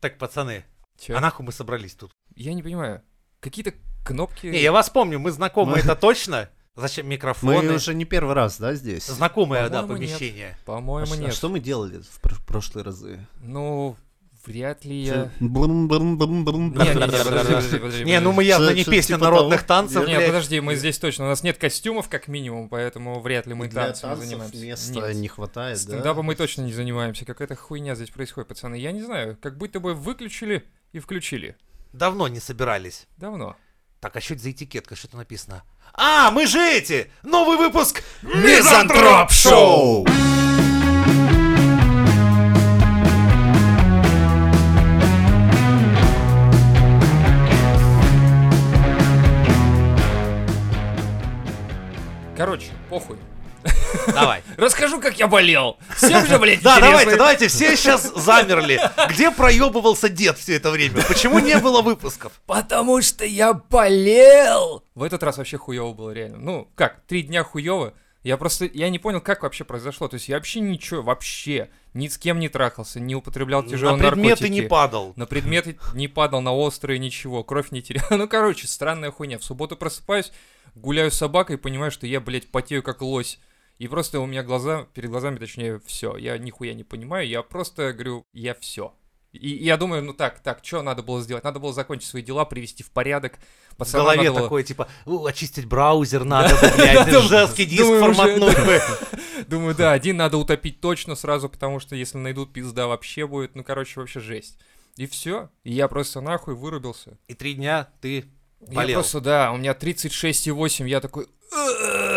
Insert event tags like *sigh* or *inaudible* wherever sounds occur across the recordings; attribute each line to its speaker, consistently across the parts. Speaker 1: Так, пацаны,
Speaker 2: Чё?
Speaker 1: а нахуй мы собрались тут?
Speaker 2: Я не понимаю. Какие-то кнопки...
Speaker 1: Не, я вас помню, мы знакомы,
Speaker 3: Э, Мы-
Speaker 1: это точно? Зачем
Speaker 3: Мы
Speaker 1: микрофоны?
Speaker 3: уже не первый раз, да, здесь?
Speaker 1: Знакомое, да,
Speaker 2: По-моему, нет.
Speaker 1: помещение.
Speaker 3: А ш-
Speaker 2: По-моему,
Speaker 3: а
Speaker 2: нет.
Speaker 3: что мы делали в пр- прошлые разы?
Speaker 2: Ну, вряд ли я...
Speaker 3: Бум-бум-бум-бум.
Speaker 2: Не, не, не, подожди, подожди, подожди,
Speaker 1: Не, ну мы
Speaker 2: подожди.
Speaker 1: явно
Speaker 3: Что-
Speaker 1: не
Speaker 3: что
Speaker 1: песня
Speaker 3: типа
Speaker 1: народных
Speaker 3: того?
Speaker 1: танцев,
Speaker 2: Не,
Speaker 1: блядь.
Speaker 2: подожди, мы здесь точно. У нас нет костюмов, как минимум, поэтому вряд ли мы
Speaker 3: Для
Speaker 2: танцами
Speaker 3: танцев
Speaker 2: занимаемся.
Speaker 3: места
Speaker 2: Нет.
Speaker 3: не хватает, да?
Speaker 2: Стендапом мы точно не занимаемся. Какая-то хуйня здесь происходит, пацаны. Я не знаю, как будто бы выключили и включили.
Speaker 1: Давно не собирались.
Speaker 2: Давно.
Speaker 1: Так, а что это за этикетка, что-то написано? А, мы же эти! Новый выпуск
Speaker 3: Мизантроп Шоу!
Speaker 2: Короче, похуй.
Speaker 3: *laughs*
Speaker 1: Давай.
Speaker 2: Расскажу, как я болел. Всем же, блядь,
Speaker 1: Да,
Speaker 2: интересно.
Speaker 1: давайте, давайте, все сейчас замерли. Где проебывался дед все это время? Почему не было выпусков?
Speaker 2: Потому что я болел! В этот раз вообще хуёво было реально. Ну, как, три дня хуёво. Я просто, я не понял, как вообще произошло. То есть я вообще ничего, вообще, ни с кем не трахался, не употреблял
Speaker 1: На
Speaker 2: тяжелые
Speaker 1: А предметы
Speaker 2: наркотики.
Speaker 1: не падал.
Speaker 2: На предметы не падал, на острые ничего, кровь не терял. *laughs* Ну, короче, странная хуйня. В субботу просыпаюсь, гуляю с собакой, понимаю, что я, блядь, потею как лось. И просто у меня глаза, перед глазами, точнее, все. Я нихуя не понимаю, я просто говорю, я все. И я думаю, ну так, так, что надо было сделать? Надо было закончить свои дела, привести в порядок.
Speaker 1: В
Speaker 2: Пацанам
Speaker 1: голове
Speaker 2: надо было-
Speaker 1: такое, типа, «У, очистить браузер
Speaker 2: *laughs*
Speaker 1: надо, бы, блядь, жесткий диск
Speaker 2: Думаю, уже,
Speaker 1: форматнуть
Speaker 2: *laughs*
Speaker 1: бы.
Speaker 2: Думаю, да, один надо утопить точно сразу, потому что если найдут, пизда вообще будет. Ну, короче, вообще жесть. И все. И я просто нахуй вырубился.
Speaker 1: И три дня ты
Speaker 2: Я
Speaker 1: болел.
Speaker 2: просто, да, у меня 36,8, я такой,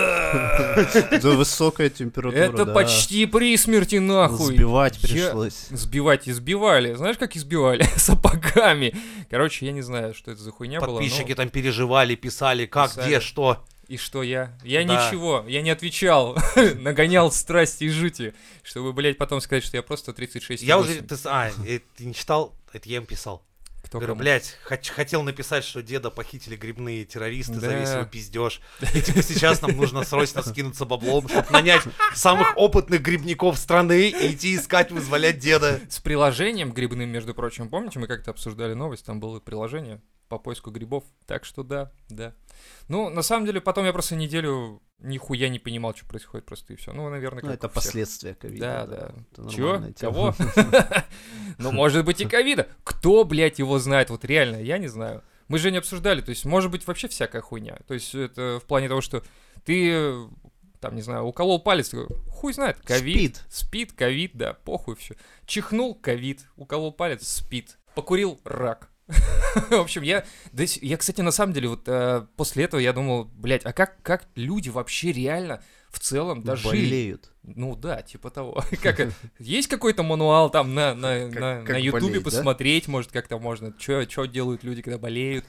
Speaker 3: Да, высокая температура,
Speaker 2: это
Speaker 3: да.
Speaker 2: почти при смерти, нахуй.
Speaker 3: Сбивать
Speaker 2: Я-
Speaker 3: пришлось.
Speaker 2: Сбивать избивали. Знаешь, как избивали? *laughs* Сапогами. Короче, я не знаю, что это за хуйня была. но-
Speaker 1: Подписчики там переживали, писали, как,
Speaker 2: Писали.
Speaker 1: где, что.
Speaker 2: И что я? Я
Speaker 1: Да.
Speaker 2: ничего, я не отвечал. *laughs* Нагонял страсти и жути, чтобы, блядь, потом сказать, что я просто 36,8.
Speaker 1: Я уже, ты, с- а, э, ты не читал? Это я им писал.
Speaker 2: Кто
Speaker 1: Говорю,
Speaker 2: кому?
Speaker 1: блядь, хоч- хотел написать, что деда похитили грибные террористы за
Speaker 2: Да.
Speaker 1: весь свой пиздеж. И типа сейчас нам нужно срочно скинуться баблом, чтобы нанять самых опытных грибников страны и идти искать, вызволять деда.
Speaker 2: С приложением грибным, между прочим, помните, мы как-то обсуждали новость, там было приложение по поиску грибов, так что да, да. Ну, на самом деле, потом я просто неделю нихуя не понимал, что происходит просто и все. Ну, наверное, как
Speaker 3: Ну, это
Speaker 2: у всех.
Speaker 3: последствия ковида.
Speaker 2: Да, да.
Speaker 3: Это
Speaker 2: Чего?
Speaker 3: нормальная тема. *laughs*
Speaker 2: Кого? Ну, может быть, и ковида. Кто, блядь, его знает? Вот реально, я не знаю. Мы же не обсуждали, то есть, может быть, вообще всякая хуйня. То есть, это в плане того, что ты, э, там, не знаю, уколол палец, э, хуй знает, ковид.
Speaker 3: Спид.
Speaker 2: Спит, ковид, да, похуй все. Чихнул, ковид, уколол палец, спит. Покурил, рак. *laughs* В общем, я, да с- я, кстати, на самом деле, вот э, после этого я думал, блядь, а как, как люди вообще реально в целом дожили?
Speaker 3: Болеют.
Speaker 2: Ну да, типа того. *laughs* Как
Speaker 3: *laughs*
Speaker 2: это? есть какой-то мануал там на на
Speaker 3: Как-
Speaker 2: на
Speaker 3: как
Speaker 2: на Ютубе
Speaker 3: болеть, да?
Speaker 2: посмотреть, может как там можно, что что делают люди, когда болеют.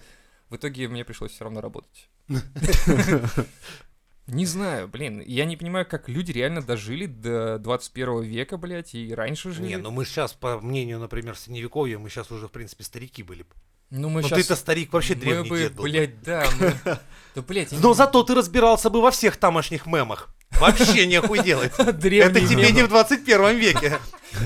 Speaker 2: В итоге мне пришлось все равно
Speaker 3: *laughs*
Speaker 2: работать. Не знаю, блин, я не понимаю, как люди реально дожили до 21 века, блядь, и раньше жили.
Speaker 1: Не, ну мы сейчас, по мнению, например, Средневековья, мы сейчас уже, в принципе, старики были. б.
Speaker 2: Ну, мы
Speaker 1: Ну
Speaker 2: щас-
Speaker 1: ты-то старик, вообще
Speaker 2: мы
Speaker 1: древний
Speaker 2: бы,
Speaker 1: дед был. бы.
Speaker 2: блядь, да,
Speaker 1: *laughs*
Speaker 2: мы- да, блядь, я
Speaker 1: Но
Speaker 2: не-
Speaker 1: зато ты разбирался бы во всех тамошних мемах. Вообще
Speaker 2: *laughs*
Speaker 1: нехуй делать. Это
Speaker 2: *laughs* древний
Speaker 1: тебе
Speaker 2: мем,
Speaker 1: не в 21 веке.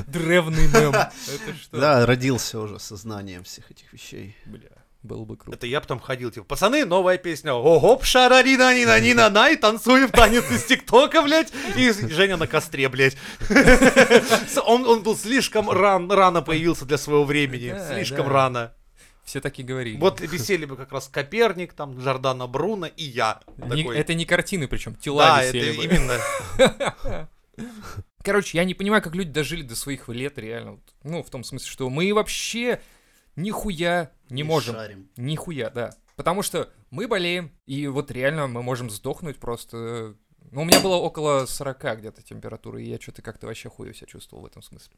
Speaker 2: древний
Speaker 1: *laughs*
Speaker 2: мем. Это что?
Speaker 3: Да, родился уже сознанием всех этих вещей.
Speaker 2: Бля, было бы круто.
Speaker 1: Это я потом ходил, типа, пацаны, новая песня. Огоп, шарарина, нина, нина, най, танцуем танец из ТикТока, блядь. И Женя на костре, блядь. С- Он, он был слишком ран, рано появился для своего времени.
Speaker 2: Да,
Speaker 1: слишком
Speaker 2: да.
Speaker 1: рано.
Speaker 2: Все такие говорили.
Speaker 1: Вот висели бы как раз Коперник, там, Жордана Бруно и я.
Speaker 2: Не-
Speaker 1: Такой.
Speaker 2: это не картины, причем тела
Speaker 1: да, это
Speaker 2: висели бы.
Speaker 1: именно.
Speaker 2: Короче, я не понимаю, как люди дожили до своих лет реально. Вот. Ну, в том смысле, что мы вообще нихуя не можем.
Speaker 3: шарим.
Speaker 2: Нихуя, да. Потому что мы болеем, и вот реально мы можем сдохнуть просто... Ну, у меня было около 40 где-то температуры, и я что-то как-то вообще хуево себя чувствовал в этом смысле.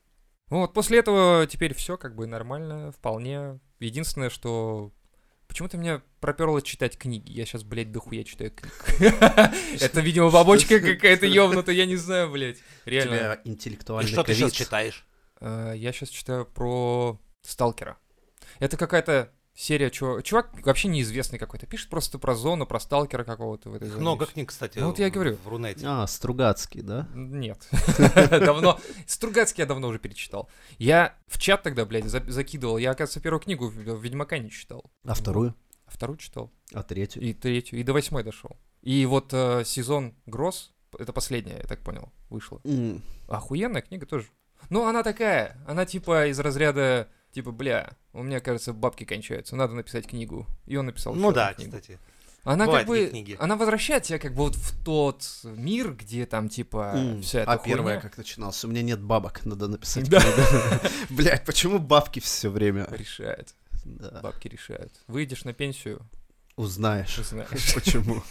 Speaker 2: Ну Вот, после этого теперь все как бы нормально, вполне. Единственное, что... Почему-то меня проперло читать книги. Я сейчас, блядь, дохуя читаю книг. Это, видимо, бабочка какая-то ёбнутая, я не знаю, блядь.
Speaker 3: У
Speaker 2: Реально.
Speaker 3: тебя
Speaker 1: И
Speaker 3: интеллектуальный
Speaker 1: что ты сейчас
Speaker 3: ковид.
Speaker 1: читаешь?
Speaker 2: Э, Я сейчас читаю про Сталкера. Это какая-то серия, чувак, чувак вообще неизвестный какой-то, пишет просто про зону, про сталкера какого-то в этой зоне.
Speaker 1: Много
Speaker 2: И всё.
Speaker 1: книг, кстати,
Speaker 2: Ну вот я и говорю.
Speaker 1: в Рунете.
Speaker 3: А, Стругацкий, да?
Speaker 2: Нет. *laughs* Давно. Стругацкий я давно уже перечитал. Я в чат тогда, блядь, за- закидывал. Я, оказывается, первую книгу в- Ведьмака не читал.
Speaker 3: А вторую?
Speaker 2: А вторую читал.
Speaker 3: А третью?
Speaker 2: И третью. И до восьмой дошел. И вот э, сезон Гросс, это последняя, я так понял, вышла.
Speaker 3: М,
Speaker 2: Охуенная книга тоже. Ну, она такая. Она типа из разряда, типа, бля, у меня, кажется, бабки кончаются, надо написать книгу. И он написал ещё
Speaker 1: Ну
Speaker 2: одну
Speaker 1: да,
Speaker 2: книгу.
Speaker 1: кстати.
Speaker 2: Она
Speaker 1: Бывают
Speaker 2: как бы,
Speaker 1: такие книги.
Speaker 2: она возвращает тебя как бы вот в тот мир, где там типа
Speaker 3: м.
Speaker 2: вся эта
Speaker 3: А первая
Speaker 2: *laughs* хуйня.
Speaker 3: как начинался? У меня нет бабок, надо написать. *laughs*
Speaker 2: Да.
Speaker 3: Блять, почему бабки все время?
Speaker 2: решает.
Speaker 3: Да.
Speaker 2: Бабки решают. Выйдешь на пенсию,
Speaker 3: Узнаешь,
Speaker 2: ты знаешь.
Speaker 3: *laughs* почему.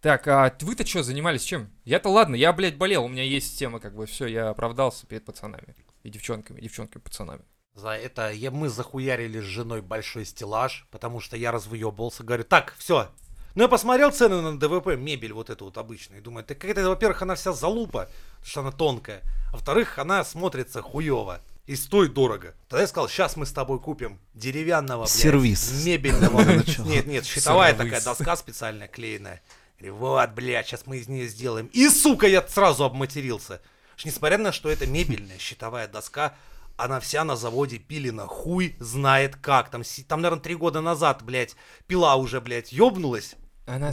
Speaker 2: Так, а вы-то что занимались чем? Я-то ладно, я, блядь, болел, у меня есть тема, как бы все, я оправдался перед пацанами. И девчонками, и девчонками, пацанами.
Speaker 1: За это я- мы захуярили с женой большой стеллаж, потому что я развыебывался. Говорю, так, все. Ну, я посмотрел цены на ДВП, мебель вот эту вот обычную. и Думаю, так как это, во-первых, она вся залупа, потому что она тонкая. А во-вторых, она смотрится хуево. И стоит дорого. Тогда я сказал, сейчас мы с тобой купим деревянного, блядь,
Speaker 3: Сервис.
Speaker 1: мебельного.
Speaker 3: Для начала.
Speaker 1: Нет, нет, щитовая
Speaker 2: Сервис.
Speaker 1: такая доска специальная клеенная. Говорю, вот, блядь, сейчас мы из нее сделаем. И, сука, я сразу обматерился. Ж несмотря на что это мебельная щитовая доска, она вся на заводе пилена. Хуй знает как. Там, си- там наверное, три года назад, блядь, пила уже, блядь, ёбнулась.
Speaker 2: Она,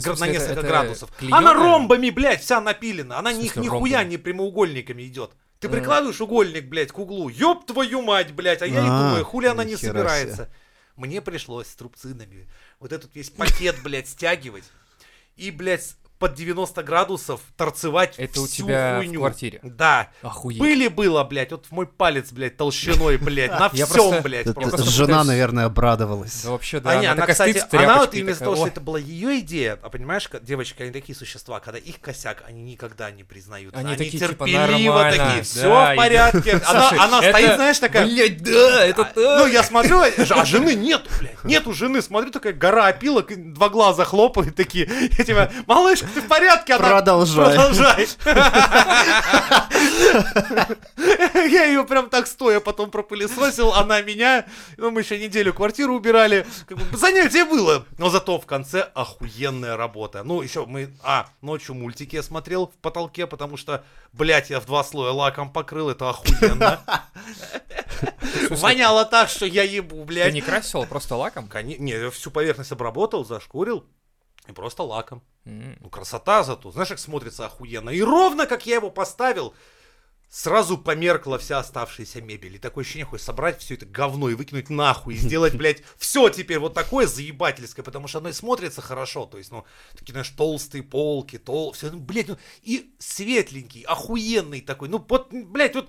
Speaker 1: гра- на
Speaker 2: собственно, это-
Speaker 1: несколько
Speaker 2: это
Speaker 1: градусов. Она
Speaker 2: клеёная?
Speaker 1: ромбами, блядь, вся напилена. Она
Speaker 2: В
Speaker 1: ни-
Speaker 2: смысле
Speaker 1: нихуя
Speaker 2: ромбами?
Speaker 1: не прямоугольниками идет. Ты
Speaker 2: Э.
Speaker 1: прикладываешь угольник, блядь, к углу. Ёб твою мать, блядь. А я и
Speaker 3: А,
Speaker 1: думаю, хули она не
Speaker 3: нихера
Speaker 1: собирается. Мне пришлось с трубцинами вот этот весь пакет, блядь, стягивать. И, блядь, под 90 градусов торцевать
Speaker 2: Это у
Speaker 1: всю
Speaker 2: тебя в
Speaker 1: хуйню.
Speaker 2: квартире?
Speaker 1: Да.
Speaker 2: Охуеть.
Speaker 1: Пыли было, блядь, вот в мой палец, блядь, толщиной, блядь, на
Speaker 2: *laughs* Я
Speaker 1: всем,
Speaker 2: просто-
Speaker 1: блядь.
Speaker 3: Это-
Speaker 1: просто.
Speaker 2: просто
Speaker 3: Жена,
Speaker 2: пытаюсь-
Speaker 3: наверное, обрадовалась.
Speaker 2: Да вообще, да.
Speaker 1: А не, она,
Speaker 2: такая стоит
Speaker 1: кстати,
Speaker 2: с
Speaker 1: она вот
Speaker 2: тряпочкой
Speaker 1: именно из-за
Speaker 2: такая,
Speaker 1: того, что
Speaker 2: «Ой,
Speaker 1: это была ее идея, а понимаешь, как- девочки, они такие существа, когда их косяк, они никогда не признают.
Speaker 2: Они такие, типа,
Speaker 1: терпеливо
Speaker 2: «Нормально,
Speaker 1: такие,
Speaker 2: да,
Speaker 1: все в
Speaker 2: иди». *laughs*
Speaker 1: порядке.
Speaker 2: Слушай,
Speaker 1: Она она
Speaker 2: это-
Speaker 1: стоит, знаешь, такая...
Speaker 2: Блядь, да, это
Speaker 1: А,
Speaker 2: так.
Speaker 1: Ну, я смотрю, а жены нет, блядь. Нету жены. Смотрю, такая гора опилок, и два глаза хлопают такие. Я тебя, малышка, ты в порядке? Она,
Speaker 3: Продолжай.
Speaker 1: Продолжай. Я ее прям так стоя потом пропылесосил, она меня. Ну, мы еще неделю квартиру убирали. Как бы Занятие было, но зато в конце охуенная работа. Ну, еще мы, а, ночью мультики я смотрел в потолке, потому что, блядь, я в два слоя лаком покрыл, это охуенно. ну, Воняло так, что я ебу,
Speaker 2: Ты
Speaker 1: блядь.
Speaker 2: не красил, просто лаком?
Speaker 1: Коне- Не, я всю поверхность обработал, зашкурил и просто лаком.
Speaker 2: М.
Speaker 1: Ну, красота зато. Знаешь, как смотрится охуенно. И ровно как я его поставил, сразу померкла вся оставшаяся мебель. И такое ощущение, хоть собрать все это говно и выкинуть нахуй. И сделать, блядь, все теперь вот такое заебательское, потому что оно и смотрится хорошо. То есть, ну, такие, знаешь, толстые полки, тол... Все, ну, блядь, ну, и светленький, охуенный такой. Ну, вот, блядь, вот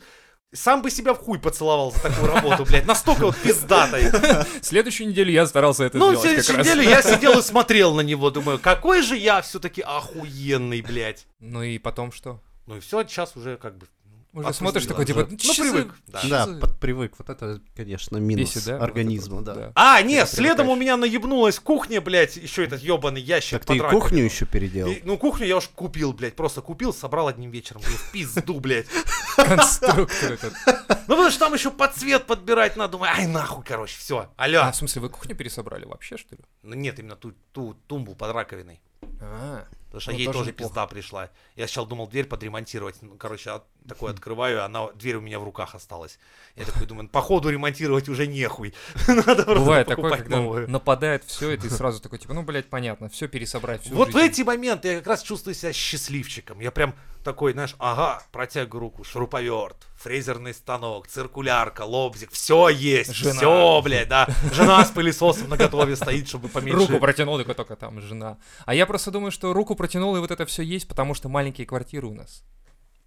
Speaker 1: сам бы себя в хуй поцеловал за такую работу, блядь. Настолько вот пиздатая.
Speaker 2: Следующую неделю я старался это
Speaker 1: Ну, в
Speaker 2: сделать как
Speaker 1: следующей
Speaker 2: раз.
Speaker 1: неделе я сидел и смотрел на него, думаю, какой же я все-таки охуенный, блядь.
Speaker 2: *laughs* Ну и потом что?
Speaker 1: Ну и все, сейчас уже как бы... ну,
Speaker 2: Уже
Speaker 1: отпустила
Speaker 2: смотришь такой, типа,
Speaker 1: уже.
Speaker 2: «Ну,
Speaker 1: ну
Speaker 2: чё за-
Speaker 1: привык, да.
Speaker 2: чё
Speaker 3: Да,
Speaker 2: за-
Speaker 3: под- привык. Вот это, конечно, минус
Speaker 2: Бесит, да? вот
Speaker 3: организма,
Speaker 2: это вот,
Speaker 3: да.
Speaker 1: А,
Speaker 2: Когда
Speaker 1: нет, следом
Speaker 2: привыкаешь.
Speaker 1: у меня наебнулась кухня, блядь, еще этот ебаный ящик.
Speaker 3: Так ты и
Speaker 1: подракивал.
Speaker 3: кухню еще переделал?
Speaker 1: И- ну, кухню я уж купил, блядь, просто купил, собрал одним вечером, блядь, в пизду, блядь.
Speaker 2: *laughs* Конструктор этот.
Speaker 1: Ну, потому что там еще под цвет подбирать надо, думаю, ай, нахуй, короче, все,
Speaker 2: А,
Speaker 1: алло.
Speaker 2: в смысле, вы кухню пересобрали вообще, что ли?
Speaker 1: Ну, нет, именно ту, ту тумбу под раковиной.
Speaker 2: А,
Speaker 1: Потому что
Speaker 2: Ну,
Speaker 1: ей тоже,
Speaker 2: тоже неплохо.
Speaker 1: пизда пришла. Я сначала думал дверь подремонтировать. Ну, короче, от- такой открываю, она дверь у меня в руках осталась. Я такой думаю, походу ремонтировать уже нехуй. *laughs* Надо просто
Speaker 2: Бывает такое,
Speaker 1: покупать
Speaker 2: когда
Speaker 1: новую.
Speaker 2: нападает все, и ты сразу такой, типа, ну, блядь, понятно, все пересобрать, всю
Speaker 1: Вот в
Speaker 2: жизнь.
Speaker 1: эти моменты я как раз чувствую себя счастливчиком. Я прям такой, знаешь, ага, протягиваю руку, шуруповерт, фрезерный станок, циркулярка, лобзик, все есть,
Speaker 2: Жена.
Speaker 1: все, блядь, да. Жена с пылесосом на готове стоит, чтобы поменьше.
Speaker 2: Руку протянул, такой только там жена. А я просто думаю, что руку протянул, и вот это все есть, потому что маленькие квартиры у нас.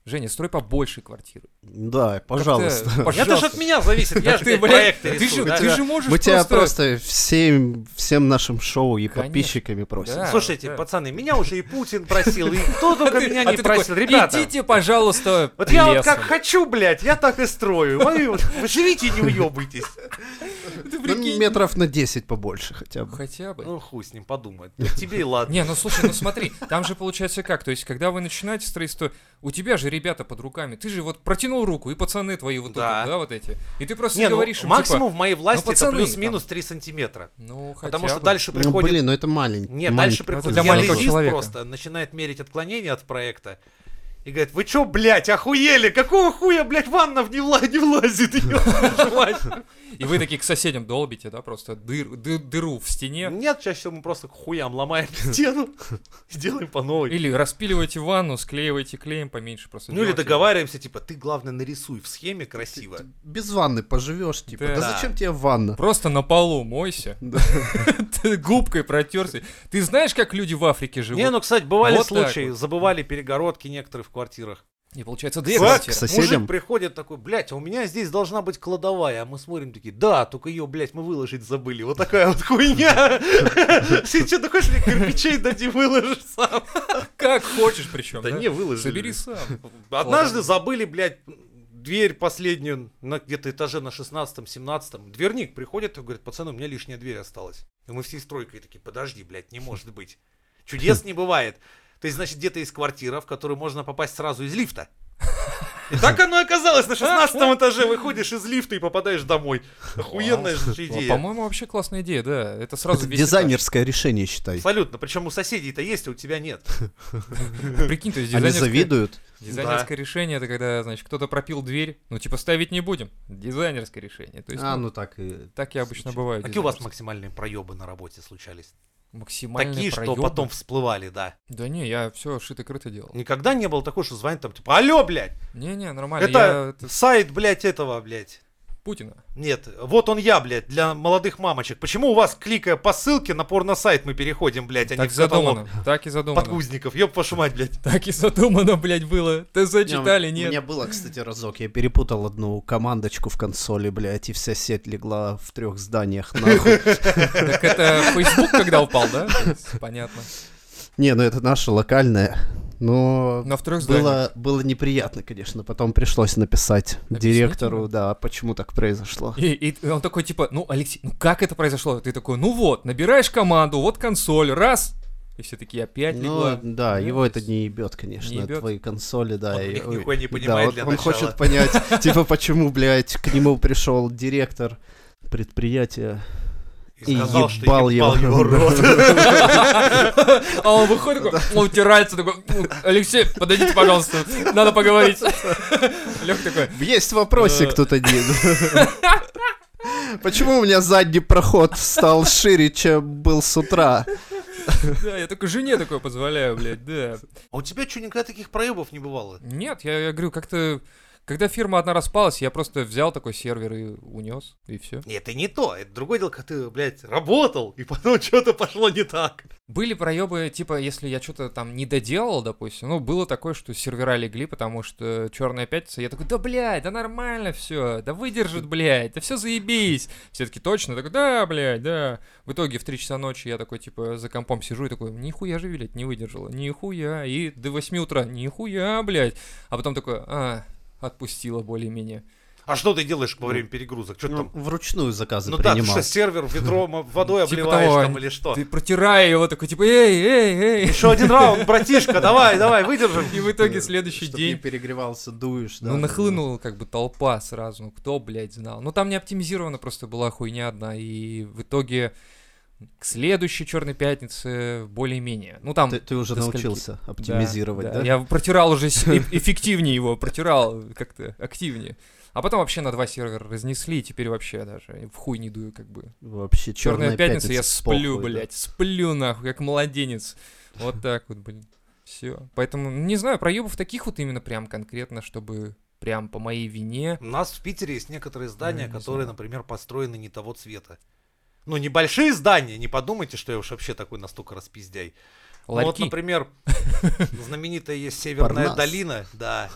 Speaker 2: Женя, строй побольше квартиры.
Speaker 3: Да, пожалуйста.
Speaker 1: Это же от меня зависит, я же,
Speaker 2: ты,
Speaker 1: блядь,
Speaker 2: блядь,
Speaker 1: проекты
Speaker 2: ты же,
Speaker 1: рисую, да.
Speaker 2: ты же можешь
Speaker 3: *laughs* Мы тебя
Speaker 2: просто...
Speaker 3: просто всем, всем нашим шоу и
Speaker 2: Конечно.
Speaker 3: подписчиками просим.
Speaker 2: Да.
Speaker 1: Слушайте,
Speaker 2: А, да.
Speaker 1: пацаны, меня уже и Путин просил, и кто
Speaker 2: *laughs* А
Speaker 1: только
Speaker 2: ты-
Speaker 1: меня
Speaker 2: а
Speaker 1: не
Speaker 2: ты такой,
Speaker 1: просил, ребята.
Speaker 2: Идите, пожалуйста,
Speaker 1: Вот я вот
Speaker 2: лесом». *laughs*
Speaker 1: как хочу, блядь, я так и строю. Вы, вы живите и не уебайтесь.
Speaker 2: Ты
Speaker 3: Ну,
Speaker 2: прикинь.
Speaker 3: метров на 10 побольше хотя бы.
Speaker 2: Хотя бы.
Speaker 1: Ну, хуй с ним подумать. Тебе и ладно.
Speaker 2: Не, ну слушай, ну смотри, там же получается как, то есть когда вы начинаете строительство, у тебя же ребята под руками, ты же вот протянул руку, и пацаны твои вот тут,
Speaker 1: Да.
Speaker 2: да, вот эти, и ты просто
Speaker 1: Не, ну,
Speaker 2: говоришь им, типа, «Ну,
Speaker 1: максимум в моей власти это
Speaker 2: пацаны
Speaker 1: плюс-минус 3 сантиметра.
Speaker 2: типа, ну хотя
Speaker 1: Потому что
Speaker 2: бы».
Speaker 1: дальше
Speaker 3: Ну,
Speaker 1: приходит...
Speaker 3: блин, ну это маленький. Ну,
Speaker 1: Нет, дальше
Speaker 2: это
Speaker 1: приходит
Speaker 2: для маленького
Speaker 1: геодезист
Speaker 2: человека.
Speaker 1: просто, начинает мерить отклонение от проекта. И говорит, вы чё, блядь, охуели? Какого хуя, блядь, ванна в не, вла- не влазит? *laughs* ёб вашу мать?»
Speaker 2: И вы такие к соседям долбите, да, просто дыр- ды- дыру в стене,
Speaker 1: Нет, чаще всего мы просто к хуям
Speaker 2: *laughs*
Speaker 1: ломаем стену и делаем по новой.
Speaker 2: или распиливаете ванну, склеиваете клеем поменьше просто.
Speaker 1: Ну или
Speaker 2: делаете.
Speaker 1: договариваемся, типа, ты, главное, нарисуй в схеме красиво.
Speaker 3: Без ванны поживешь, типа.
Speaker 2: Да.
Speaker 3: Да, зачем тебе ванна?
Speaker 2: Просто на полу мойся,
Speaker 3: Да.
Speaker 2: ты губкой протерся. Ты знаешь, как люди в Африке
Speaker 1: Не,
Speaker 2: живут?
Speaker 1: ну, кстати, бывали
Speaker 2: Вот так
Speaker 1: случаи, забывали перегородки некоторые в квартирах.
Speaker 2: И получается две
Speaker 1: Как,
Speaker 2: квартиры.
Speaker 3: кстати? соседям?
Speaker 1: Мужик приходит такой, блядь, а у меня здесь должна быть кладовая. А мы смотрим такие, да, только ее, блядь, мы выложить забыли. Вот такая вот
Speaker 2: *laughs*
Speaker 1: хуйня. Сейчас ты хочешь мне кирпичей дать и выложишь сам?
Speaker 2: Как хочешь причем,
Speaker 1: Да не, выложили.
Speaker 2: Собери сам.
Speaker 1: Однажды забыли, блядь, дверь последнюю на где-то этаже на 16-17. Дверник приходит и говорит, пацаны, у меня лишняя дверь осталась. И мы всей стройкой такие, подожди, блядь, не может быть. Чудес не бывает. То есть, значит, где-то есть квартира, в которую можно попасть сразу из лифта. И так оно и оказалось. На 16 этаже выходишь из лифта и попадаешь домой. Охуенная же
Speaker 2: Ну,
Speaker 1: идея.
Speaker 2: По-моему, вообще классная идея, да. Это сразу
Speaker 3: Это
Speaker 2: весь этаж.
Speaker 3: дизайнерское решение, считай.
Speaker 1: Абсолютно. Причем у соседей-то есть, а у тебя нет.
Speaker 2: Прикинь, то есть
Speaker 3: Они
Speaker 2: дизайнерское,
Speaker 3: завидуют.
Speaker 2: дизайнерское решение, это когда, значит, кто-то пропил дверь, ну, типа, ставить не будем. Дизайнерское решение. То есть,
Speaker 3: А,
Speaker 2: ну,
Speaker 3: ну так и...
Speaker 2: так и обычно бывает.
Speaker 1: А Какие у вас максимальные проебы на работе случались?
Speaker 2: максимальные
Speaker 1: Такие, что
Speaker 2: проёбы?
Speaker 1: потом всплывали, да.
Speaker 2: Да не, я все шито-крыто делал.
Speaker 1: Никогда не было такого, что звонит там, типа, алло, блядь,
Speaker 2: Не-не, нормально. я-
Speaker 1: это
Speaker 2: это с
Speaker 1: сайт, блядь, этого, блядь.
Speaker 2: Путина.
Speaker 1: Нет, вот он я, блядь, для молодых мамочек. Почему у вас, кликая по ссылке, на порно-сайт мы переходим, блядь, а не
Speaker 2: Так
Speaker 1: в каталог
Speaker 2: задумано. Так и задумано.
Speaker 1: подгузников? Ёб вашу мать, блядь.
Speaker 2: Так и задумано, блядь, было. ТЗ читали,
Speaker 3: У меня
Speaker 2: нет.
Speaker 3: было, кстати, разок. Я перепутал одну командочку в консоли, блядь, и вся сеть легла в
Speaker 2: *laughs*
Speaker 3: трех зданиях, нахуй.
Speaker 2: Так это Facebook когда упал, да? То есть, Понятно.
Speaker 3: Не, ну это наша локальная. Но
Speaker 2: На вторых зданиях.
Speaker 3: было, было неприятно, конечно. Потом пришлось написать
Speaker 2: Объяснить ему?
Speaker 3: директору, да, почему так произошло.
Speaker 2: И, и он такой, типа, ну, Алексей, ну как это произошло? Ты такой, ну вот, набираешь команду, вот консоль, раз. И все такие, опять
Speaker 3: Ну,
Speaker 2: легла.
Speaker 3: да,
Speaker 2: Ну,
Speaker 3: его
Speaker 2: то
Speaker 3: это
Speaker 2: есть
Speaker 3: не ебет, конечно,
Speaker 2: не ебёт?
Speaker 3: твои консоли, да.
Speaker 1: Он
Speaker 3: и-
Speaker 1: их
Speaker 3: ой,
Speaker 1: нихуя не
Speaker 3: да,
Speaker 1: понимает
Speaker 3: вот
Speaker 1: для
Speaker 3: он
Speaker 1: начала.
Speaker 3: хочет понять, *laughs* типа, почему, блядь, к нему пришел директор предприятия. И ебал его.
Speaker 1: его рот.
Speaker 3: *laughs*
Speaker 2: А он выходит такой, он утирается, такой, «Ну, Алексей, подойдите, пожалуйста, надо
Speaker 1: *laughs*
Speaker 2: поговорить. Лех такой,
Speaker 3: Есть вопросик
Speaker 2: Э.
Speaker 3: тут один.
Speaker 2: *laughs*
Speaker 3: Почему у меня задний проход стал шире, чем был с утра?
Speaker 2: да, я только жене такое позволяю, блядь, да.
Speaker 1: А у тебя что, никогда таких проебов не бывало?
Speaker 2: Нет, я, я говорю, как-то... Когда фирма одна распалась, я просто взял такой сервер и унес, и все.
Speaker 1: Нет, это не то. Это другое дело, когда ты, блядь, работал, и *laughs* потом что-то пошло не так.
Speaker 2: Были проебы, типа, если я что-то там не доделал, допустим, ну, было такое, что сервера легли, потому что Черная Пятница, я такой, да, блядь, да нормально все, да выдержит, блядь, да все заебись. Все таки точно, Я такой, да, блядь, да. В итоге в 3 часа ночи я такой, типа, за компом сижу и такой, нихуя же, блядь, не выдержала, нихуя, и до 8 утра, нихуя, блядь. А потом такой, а, отпустила более-менее.
Speaker 1: А что ты делаешь во время перегрузок? Что ты
Speaker 3: Ну,
Speaker 1: там?
Speaker 3: Вручную заказы
Speaker 1: Ну да, ты
Speaker 3: принимал.
Speaker 1: что, сервер ведром водой
Speaker 2: Типа
Speaker 1: обливаешь
Speaker 2: того,
Speaker 1: там или что?
Speaker 2: Ты протирая его такой, типа, эй, эй, эй.
Speaker 1: Еще один раунд, братишка, давай, давай, выдержим.
Speaker 2: И в итоге следующий
Speaker 3: Э, Чтоб
Speaker 2: день
Speaker 3: не перегревался, дуешь, да.
Speaker 2: Ну, нахлынула как бы толпа сразу, ну, кто, блядь, знал. Ну, там не оптимизирована просто была хуйня одна, и в итоге к следующей Черной Пятнице более-менее. Ну, там...
Speaker 3: Ты, ты уже
Speaker 2: до скольки?
Speaker 3: научился оптимизировать, да?
Speaker 2: Я протирал уже
Speaker 3: *laughs*
Speaker 2: с- э- эффективнее его, протирал как-то активнее. А потом вообще на два сервера разнесли, и теперь вообще даже в хуй не дую, как бы.
Speaker 3: Вообще черная,
Speaker 2: Черная пятница, я
Speaker 3: с
Speaker 2: сплю,
Speaker 3: похуй, да.
Speaker 2: блядь, сплю нахуй, как младенец. Вот так вот, блин. Все. Поэтому, не знаю, проебов таких вот именно прям конкретно, чтобы прям по моей вине.
Speaker 1: У нас в Питере есть некоторые здания,
Speaker 2: не
Speaker 1: которые,
Speaker 2: знаю.
Speaker 1: например, построены не того цвета. Ну, небольшие здания, не подумайте, что я уж вообще такой настолько распиздяй. Ну,
Speaker 2: Ларьки. *laughs*
Speaker 1: Вот, например, знаменитая есть Северная
Speaker 3: Парнас.
Speaker 1: долина, да.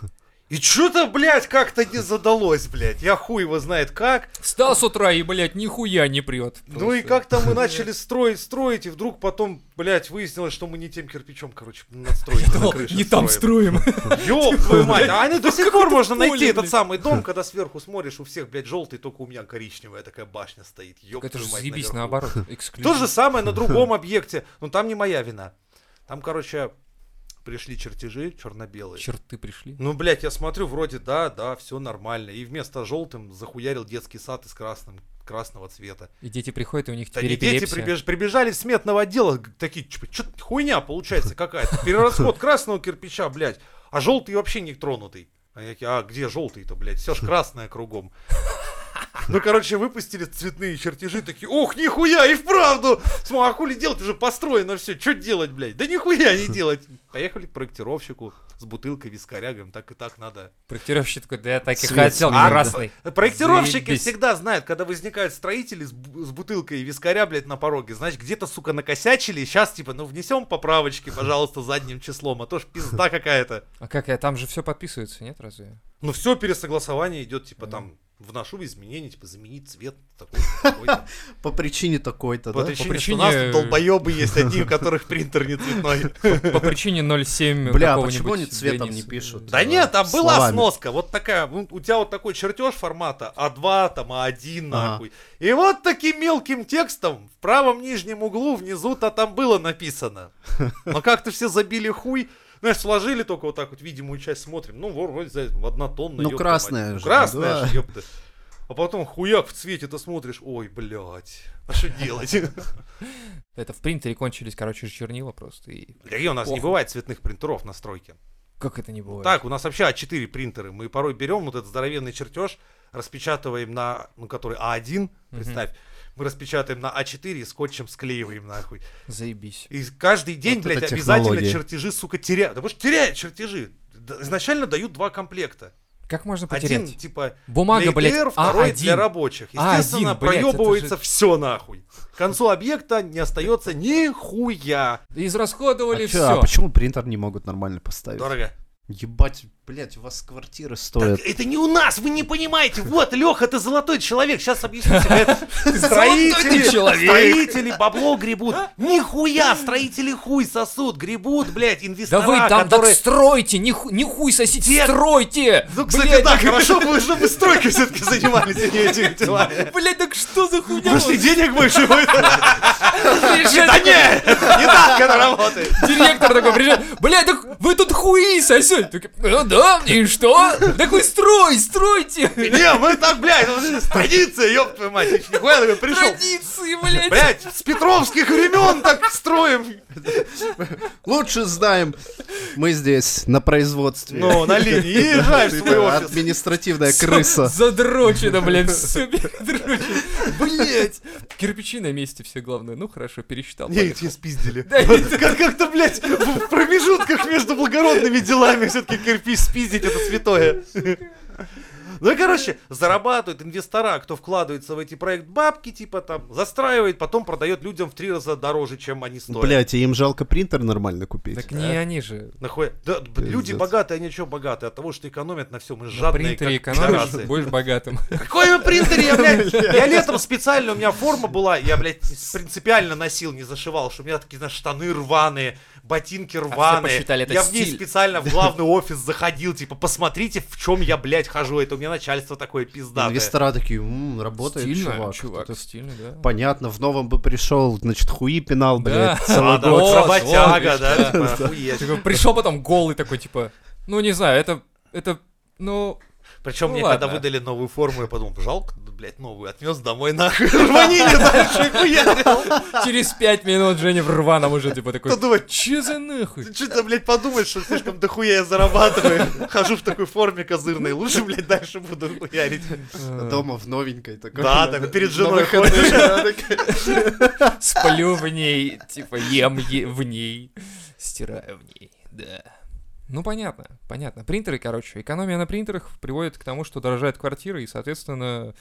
Speaker 1: И что-то, блядь, как-то не задалось, блядь. Я хуй его знает как.
Speaker 2: Встал с утра и, блядь, нихуя не прет.
Speaker 1: Ну и
Speaker 2: *laughs*
Speaker 1: как-то мы начали строить, строить, и вдруг потом, блядь, выяснилось, что мы не тем кирпичом, короче,
Speaker 2: *laughs*
Speaker 1: надстроили на крыше.
Speaker 2: Не там
Speaker 1: строим.
Speaker 2: строим.
Speaker 1: Ёб твою мать, а они до сих пор можно
Speaker 2: поле,
Speaker 1: найти этот
Speaker 2: блядь.
Speaker 1: самый дом, когда сверху смотришь, у всех, блядь, желтый, только у меня коричневая такая башня стоит. Ёб
Speaker 2: Это
Speaker 1: твою
Speaker 2: же
Speaker 1: мать, наверху. *laughs*
Speaker 2: заебись, наоборот.
Speaker 1: То же
Speaker 2: Эксклюзив.
Speaker 1: самое
Speaker 2: *laughs*
Speaker 1: на другом объекте, но там не моя вина. Там, короче, пришли чертежи черно-белые.
Speaker 2: Черты пришли.
Speaker 1: Ну, блядь, я смотрю, вроде да, да, все нормально. И вместо желтым захуярил детский сад из красным, красного цвета.
Speaker 2: И дети приходят, и у них
Speaker 1: Да
Speaker 2: теперь
Speaker 1: не дети
Speaker 2: эпилепсия.
Speaker 1: прибеж- прибежали с сметного отдела, г- такие, что хуйня получается какая-то. Перерасход красного кирпича, блядь, а желтый вообще не тронутый. А я такие, а где желтый-то, блядь, все ж красное кругом. Ну, короче, выпустили цветные чертежи, такие, ох, нихуя, и вправду! Сма, а хули делать уже построено все, что делать, блядь? Да нихуя не делать! Поехали к проектировщику с бутылкой вискаря, говорим, так и так надо.
Speaker 2: Проектировщик такой, да я так и
Speaker 3: Свет.
Speaker 2: хотел,
Speaker 1: А,
Speaker 2: красный.
Speaker 1: Проектировщики
Speaker 2: Заебись.
Speaker 1: всегда знают, когда возникают строители с, бу- с бутылкой вискаря, блядь, на пороге, значит, где-то, сука, накосячили, сейчас, типа, ну, внесем поправочки, пожалуйста, задним числом, а то ж пизда какая-то.
Speaker 2: А как, я там же все подписывается, нет, разве?
Speaker 1: Ну, все пересогласование идет, типа, там, вношу изменения, типа, заменить цвет такой такой-то.
Speaker 3: По причине такой-то,
Speaker 1: По
Speaker 3: да?
Speaker 1: причине, что
Speaker 2: причине-
Speaker 1: у нас тут долбоебы есть одни, у которых принтер не цветной.
Speaker 2: По причине 0,7
Speaker 3: Бля, а
Speaker 2: какого-нибудь
Speaker 3: почему они цветом не
Speaker 2: границы.
Speaker 3: пишут?
Speaker 1: Да нет, а там была
Speaker 3: Словами.
Speaker 1: сноска, вот такая, ну, у тебя вот такой чертеж формата А2, там А1,
Speaker 3: Ага.
Speaker 1: нахуй. И вот таким мелким текстом в правом нижнем углу внизу-то там было написано. Но как-то все забили хуй, знаешь, сложили только вот так вот видимую часть, смотрим, ну, вор- вроде за однотонная.
Speaker 3: Ну,
Speaker 1: ёпта мать.
Speaker 3: красная
Speaker 1: Ну,
Speaker 3: же,
Speaker 1: Красная
Speaker 3: да.
Speaker 1: же, ёпта. А потом хуяк в цвете ты смотришь, ой, блядь, а что
Speaker 3: *laughs*
Speaker 1: делать?
Speaker 2: Это в принтере кончились, короче, же чернила просто. И
Speaker 1: Да и у нас не
Speaker 2: Похуй.
Speaker 1: бывает цветных принтеров на стройке.
Speaker 2: как это не бывает?
Speaker 1: Так, у нас вообще А4 принтеры. Мы порой берем вот этот здоровенный чертеж, распечатываем на, ну, который А1, представь. Мы распечатаем на А4 и скотчем склеиваем нахуй.
Speaker 2: Заебись.
Speaker 1: И каждый день,
Speaker 3: Вот
Speaker 1: блядь,
Speaker 3: это
Speaker 1: обязательно
Speaker 3: технология.
Speaker 1: чертежи, сука, теряют. Да потому что теряют чертежи. Да, Изначально дают два комплекта.
Speaker 2: Как можно
Speaker 1: Один,
Speaker 2: потерять?
Speaker 1: типа,
Speaker 2: Бумага,
Speaker 1: для
Speaker 2: блядь, А
Speaker 1: ETR, второй для
Speaker 2: А1.
Speaker 1: рабочих.
Speaker 2: А1,
Speaker 1: Естественно,
Speaker 2: блядь, это
Speaker 1: проебывается
Speaker 2: же-
Speaker 1: все нахуй. К концу объекта не остается нихуя.
Speaker 2: Израсходовали
Speaker 3: А, чё, а
Speaker 2: все.
Speaker 3: почему принтер не могут нормально поставить?
Speaker 1: Дорого.
Speaker 3: Ебать, блять, у вас квартиры стоят.
Speaker 1: Так это не у нас, вы не понимаете. Вот, Леха, ты золотой человек. Сейчас объясню тебе. Это *laughs*
Speaker 2: золотой
Speaker 1: Строители,
Speaker 2: человек.
Speaker 1: строители бабло гребут. Нихуя, строители хуй сосут, гребут, блядь,
Speaker 2: Да
Speaker 1: инвестора,
Speaker 2: вы там так
Speaker 1: которые...
Speaker 2: стройте, ниху- нихуй сосите,
Speaker 1: Те-
Speaker 2: стройте!
Speaker 1: Ну, кстати,
Speaker 2: Блядь,
Speaker 1: да, хорошо, вы, что вы стройкой все-таки занимались, а не этими делами.
Speaker 2: Блядь, так что
Speaker 1: *laughs*
Speaker 2: за хуйня?
Speaker 1: Потому что денег больше
Speaker 2: *laughs*
Speaker 1: будет. Да
Speaker 2: Да
Speaker 1: нет, не так это работает.
Speaker 2: Директор такой приезжает, блядь, так вы тут хуи сосете. Такие, Ну да, и что? Так вы строй, стройте.
Speaker 1: Не, мы так, блядь, вот это традиция, ёб твою мать. я Нихуя такой пришел.
Speaker 2: Традиции, блядь.
Speaker 1: Блядь, с петровских времен так строим.
Speaker 3: Лучше знаем. Мы здесь, на производстве.
Speaker 1: Ну, на линии, и езжай в свой
Speaker 3: Да,
Speaker 1: офис.
Speaker 3: Административная крыса.
Speaker 2: Задрочено, блядь, все передрочено. Блядь. Кирпичи на месте все главное. Ну хорошо, пересчитал.
Speaker 1: Не,
Speaker 2: поехал.
Speaker 1: их тебе спиздили.
Speaker 2: Да,
Speaker 1: Вот как- Как-то, блядь, в промежутках между благородными делами все-таки кирпич спиздить это святое. Ну и, короче, зарабатывают инвестора, кто вкладывается в эти проект бабки, типа там, застраивает, потом продает людям в три раза дороже, чем они стоят.
Speaker 3: Блять, а им жалко принтер нормально купить.
Speaker 2: Так не они же.
Speaker 1: Нахуя? Да, б- люди
Speaker 3: Пиздец.
Speaker 1: богатые, они что богатые? От того, что экономят на всем, мы
Speaker 2: На
Speaker 1: жадные,
Speaker 2: принтере
Speaker 1: как
Speaker 2: экономишь,
Speaker 1: пидорасы.
Speaker 2: будешь
Speaker 3: *laughs*
Speaker 2: богатым.
Speaker 1: Какой на принтере, я, блядь, я летом специально, у меня форма была, я, блядь, принципиально носил, не зашивал, что у меня такие, знаешь, штаны рваные, ботинки рваные.
Speaker 2: А посчитали, это
Speaker 1: я в ней
Speaker 2: стиль.
Speaker 1: специально в
Speaker 2: *laughs*
Speaker 1: главный офис заходил, типа, посмотрите, в чем я, блядь, хожу, это у меня начальство такое пиздатое.
Speaker 3: Инвестора такие, «М, работает
Speaker 2: Стильно,
Speaker 3: чувак.
Speaker 2: чувак,
Speaker 3: Тут
Speaker 2: стильно, да.
Speaker 3: Понятно, в новом бы пришел, значит, хуи пинал,
Speaker 2: Да.
Speaker 3: блядь,
Speaker 1: А,
Speaker 3: целый
Speaker 1: да,
Speaker 3: год.
Speaker 1: вот
Speaker 2: О,
Speaker 1: работяга,
Speaker 2: смотришь,
Speaker 1: да,
Speaker 2: да.
Speaker 1: типа,
Speaker 2: *laughs*
Speaker 1: охуеть.
Speaker 2: Такой Пришел потом голый такой, типа, ну не знаю, это, это, ну,
Speaker 1: Причем
Speaker 2: Ну
Speaker 1: мне
Speaker 2: ладно.
Speaker 1: когда выдали новую форму, я подумал, жалко, блядь, новую, отнес домой нахуй, *laughs* рванили дальше, и хуярил.
Speaker 2: через пять минут Женя в рваном уже, типа, такой,
Speaker 1: Кто думает,
Speaker 2: че за нахуй?
Speaker 1: Ты что-то, блядь, подумаешь, что слишком дохуя я зарабатываю. Хожу в такой форме козырной. Лучше, блядь, дальше буду хуярить.
Speaker 3: Дома в новенькой такой.
Speaker 1: Да, так перед женой
Speaker 3: Новый
Speaker 1: ходишь. *laughs*
Speaker 3: ход.
Speaker 2: Сплю в ней, типа, ем е- в ней, стираю в ней, да. Ну, понятно, понятно. Принтеры, короче, экономия на принтерах приводит к тому, что дорожают квартиры, и, соответственно,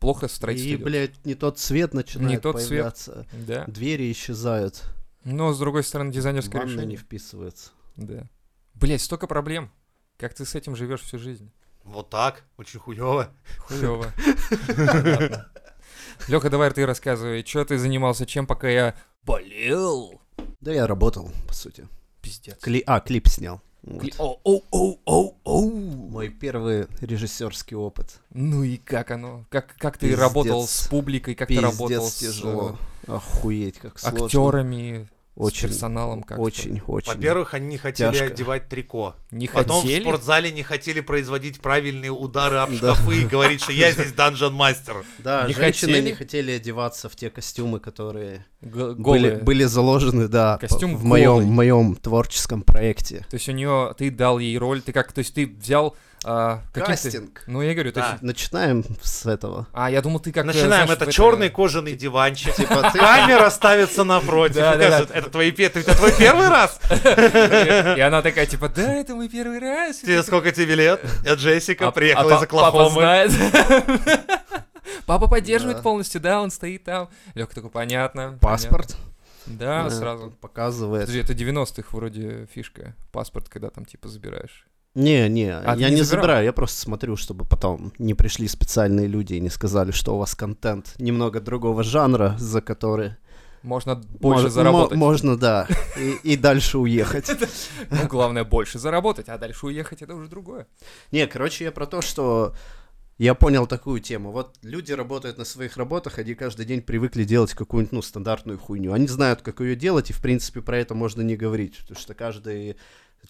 Speaker 2: плохо строительство.
Speaker 3: И,
Speaker 2: идёт.
Speaker 3: блядь, не тот цвет начинает
Speaker 2: Не тот цвет.
Speaker 3: появляться.
Speaker 2: Да.
Speaker 3: Двери исчезают,
Speaker 2: Но, с другой стороны, дизайнерское
Speaker 3: ванна не
Speaker 2: решение.
Speaker 3: вписывается.
Speaker 2: Да. Блять, столько проблем. Как ты с этим живешь всю жизнь?
Speaker 1: Вот так, очень хуево.
Speaker 3: *laughs*
Speaker 2: Хуево. Леха, давай ты рассказывай, что ты занимался чем, пока я болел?
Speaker 3: Да я работал, по сути.
Speaker 2: Пиздец.
Speaker 3: Кли... А, клип снял. Вот.
Speaker 2: Кли- О, о, о, о, о.
Speaker 3: Мой первый режиссерский опыт.
Speaker 2: Ну и как оно? Как, как ты
Speaker 3: Пиздец.
Speaker 2: работал с публикой, как ты работал
Speaker 3: Пиздец
Speaker 2: с э,
Speaker 3: тяжело. Охуеть, как сложно.
Speaker 2: актерами, с
Speaker 3: Очень,
Speaker 2: персоналом как-то?
Speaker 3: очень, очень.
Speaker 1: Во-первых, они не хотели
Speaker 3: Тяжко.
Speaker 1: одевать трико.
Speaker 2: Не
Speaker 1: Потом
Speaker 2: хотели?
Speaker 1: в спортзале не хотели производить правильные удары об шкафы и говорить, что я здесь данжен мастер.
Speaker 3: Да,
Speaker 2: Не
Speaker 3: женщины
Speaker 2: хотели?
Speaker 3: не хотели одеваться в те костюмы, которые
Speaker 2: Г-
Speaker 3: были,
Speaker 2: голые.
Speaker 3: были заложены, да, по-
Speaker 2: Костюм
Speaker 3: в моем,
Speaker 2: голый.
Speaker 3: в моем творческом проекте.
Speaker 2: То есть у нее, ты дал ей роль, ты как, то есть ты взял... а, каким-то-
Speaker 3: Кастинг.
Speaker 2: Ну я говорю, то
Speaker 1: Да.
Speaker 2: есть-
Speaker 3: Начинаем с
Speaker 2: *laughs*
Speaker 3: этого.
Speaker 2: А, я думал, ты как... э,
Speaker 1: Начинаем,
Speaker 2: знаешь, в
Speaker 1: это
Speaker 2: *laughs*
Speaker 1: черный кожаный диванчик. *laughs*
Speaker 3: Типа ты...
Speaker 1: Камера ставится напротив.
Speaker 2: Да,
Speaker 1: и
Speaker 2: да, да.
Speaker 1: кажется, Это твои пе- это твой первый раз?
Speaker 2: И она такая, типа, да, это мой первый раз.
Speaker 1: Тебе сколько тебе лет? Я Джессика,
Speaker 2: А-
Speaker 1: приехала
Speaker 2: а
Speaker 1: из
Speaker 2: па- Папа
Speaker 1: Оклахомы.
Speaker 2: знает. *laughs* Папа поддерживает
Speaker 3: Да.
Speaker 2: полностью, да, он стоит там. Лёха такой, понятно.
Speaker 3: Паспорт.
Speaker 2: понятно». Да,
Speaker 3: э,
Speaker 2: сразу.
Speaker 3: Показывает.
Speaker 2: Подожди, это 90-х вроде фишка. Паспорт, когда там типа забираешь.
Speaker 3: Не, не,
Speaker 2: ты
Speaker 3: я
Speaker 2: А не
Speaker 3: не
Speaker 2: забирал?
Speaker 3: забираю, я просто смотрю, чтобы потом не пришли специальные люди и не сказали, что у вас контент немного другого жанра, за который
Speaker 2: Можно больше
Speaker 3: мож-
Speaker 2: заработать.
Speaker 3: мо- можно, да, и, и дальше уехать.
Speaker 2: Ну, главное, больше заработать, а дальше уехать это уже другое.
Speaker 3: Не, короче, я про то, что я понял такую тему. Вот люди работают на своих работах, они каждый день привыкли делать какую-нибудь, ну, стандартную хуйню. Они знают, как ее делать, и, в принципе, про это можно не говорить, потому что каждый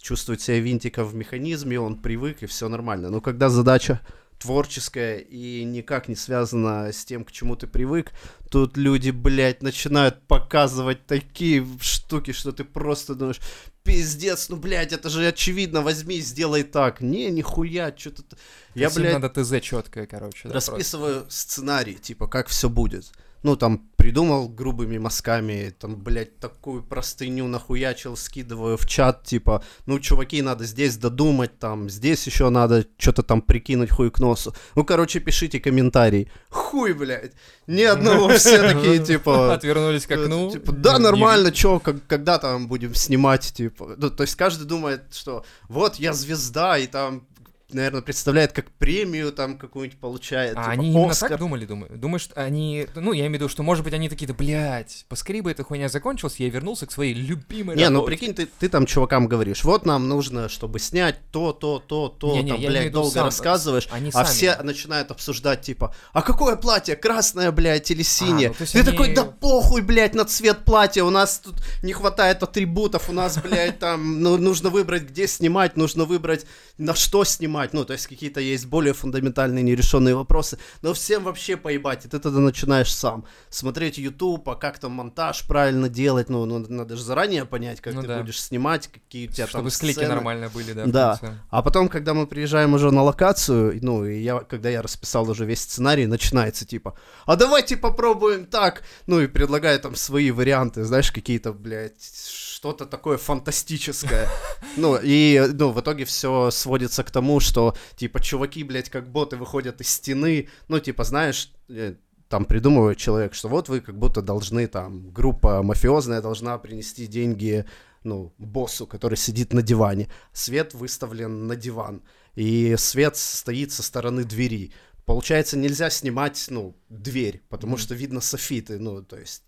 Speaker 3: чувствует себя винтиком в механизме, он привык, и все нормально. Но когда задача творческая и никак не связана с тем, к чему ты привык, тут люди, блядь, начинают показывать такие штуки, что ты просто думаешь, пиздец, ну, блядь, это же очевидно, возьми и сделай так. Не, нихуя, что-то... Я,
Speaker 2: Всем
Speaker 3: блядь,
Speaker 2: надо ТЗ четкое, короче. да, просто.
Speaker 3: расписываю сценарий, типа, как все будет. Ну, там, придумал грубыми мазками, там, блядь, такую простыню нахуячил, скидываю в чат, типа, ну, чуваки, надо здесь додумать, там, здесь еще надо что-то там прикинуть хуй к носу. Ну, короче, пишите комментарий. Хуй, блядь, ни
Speaker 2: *laughs*
Speaker 3: одного, все такие, типа...
Speaker 2: Отвернулись к окну.
Speaker 3: э, Типа, да,
Speaker 2: ну, Не-
Speaker 3: нормально, чё, как- когда там будем снимать, типа. Ну, то есть каждый думает, что вот я звезда, и там, наверное, представляет, как премию там какую-нибудь получает.
Speaker 2: А
Speaker 3: типа,
Speaker 2: они именно так
Speaker 3: «Оскар».
Speaker 2: думали, думаю. Думаешь, что они... Ну, я имею в виду, что, может быть, они такие, да, блядь, поскорее бы эта хуйня закончилась, я вернулся к своей любимой
Speaker 3: Не, ну
Speaker 2: работе».
Speaker 3: прикинь, ты, ты там чувакам говоришь, вот нам нужно, чтобы снять то, то, то, то,
Speaker 2: Не-не,
Speaker 3: там,
Speaker 2: я имею в
Speaker 3: блядь,
Speaker 2: виду
Speaker 3: долго
Speaker 2: сам-
Speaker 3: рассказываешь,
Speaker 2: они
Speaker 3: а
Speaker 2: сами.
Speaker 3: все начинают обсуждать, типа, а какое платье, красное, блядь, или синее?
Speaker 2: ну, то есть
Speaker 3: ты
Speaker 2: они-
Speaker 3: такой, да похуй, блядь, на цвет платья, у нас тут не хватает атрибутов, у нас, блядь, там, ну, нужно выбрать, где снимать, нужно выбрать, на что снимать, ну, то есть какие-то есть более фундаментальные нерешенные вопросы, но всем вообще поебать, и ты тогда начинаешь сам смотреть YouTube, а как там монтаж правильно делать, ну, ну, надо же заранее понять, как
Speaker 2: Ну
Speaker 3: ты
Speaker 2: да.
Speaker 3: будешь снимать, какие у тебя
Speaker 2: Чтобы
Speaker 3: там
Speaker 2: склейки
Speaker 3: сцены.
Speaker 2: нормально были, да. в
Speaker 3: Да.
Speaker 2: конце.
Speaker 3: А потом, когда мы приезжаем уже на локацию, и, ну, и я, когда я расписал уже весь сценарий, начинается типа, а давайте попробуем так, ну, и предлагаю там свои варианты, знаешь, какие-то, блядь, что-то такое фантастическое. Ну, и, ну, в итоге все сводится к тому, что, типа, чуваки, блядь, как боты выходят из стены, ну, типа, знаешь, э, там придумывает человек, что вот вы как будто должны, там, группа мафиозная должна принести деньги ну, боссу, который сидит на диване. Свет выставлен на диван, и свет стоит со стороны двери. Получается, нельзя снимать, ну, дверь, потому
Speaker 2: Мгм.
Speaker 3: что видно софиты, ну, то есть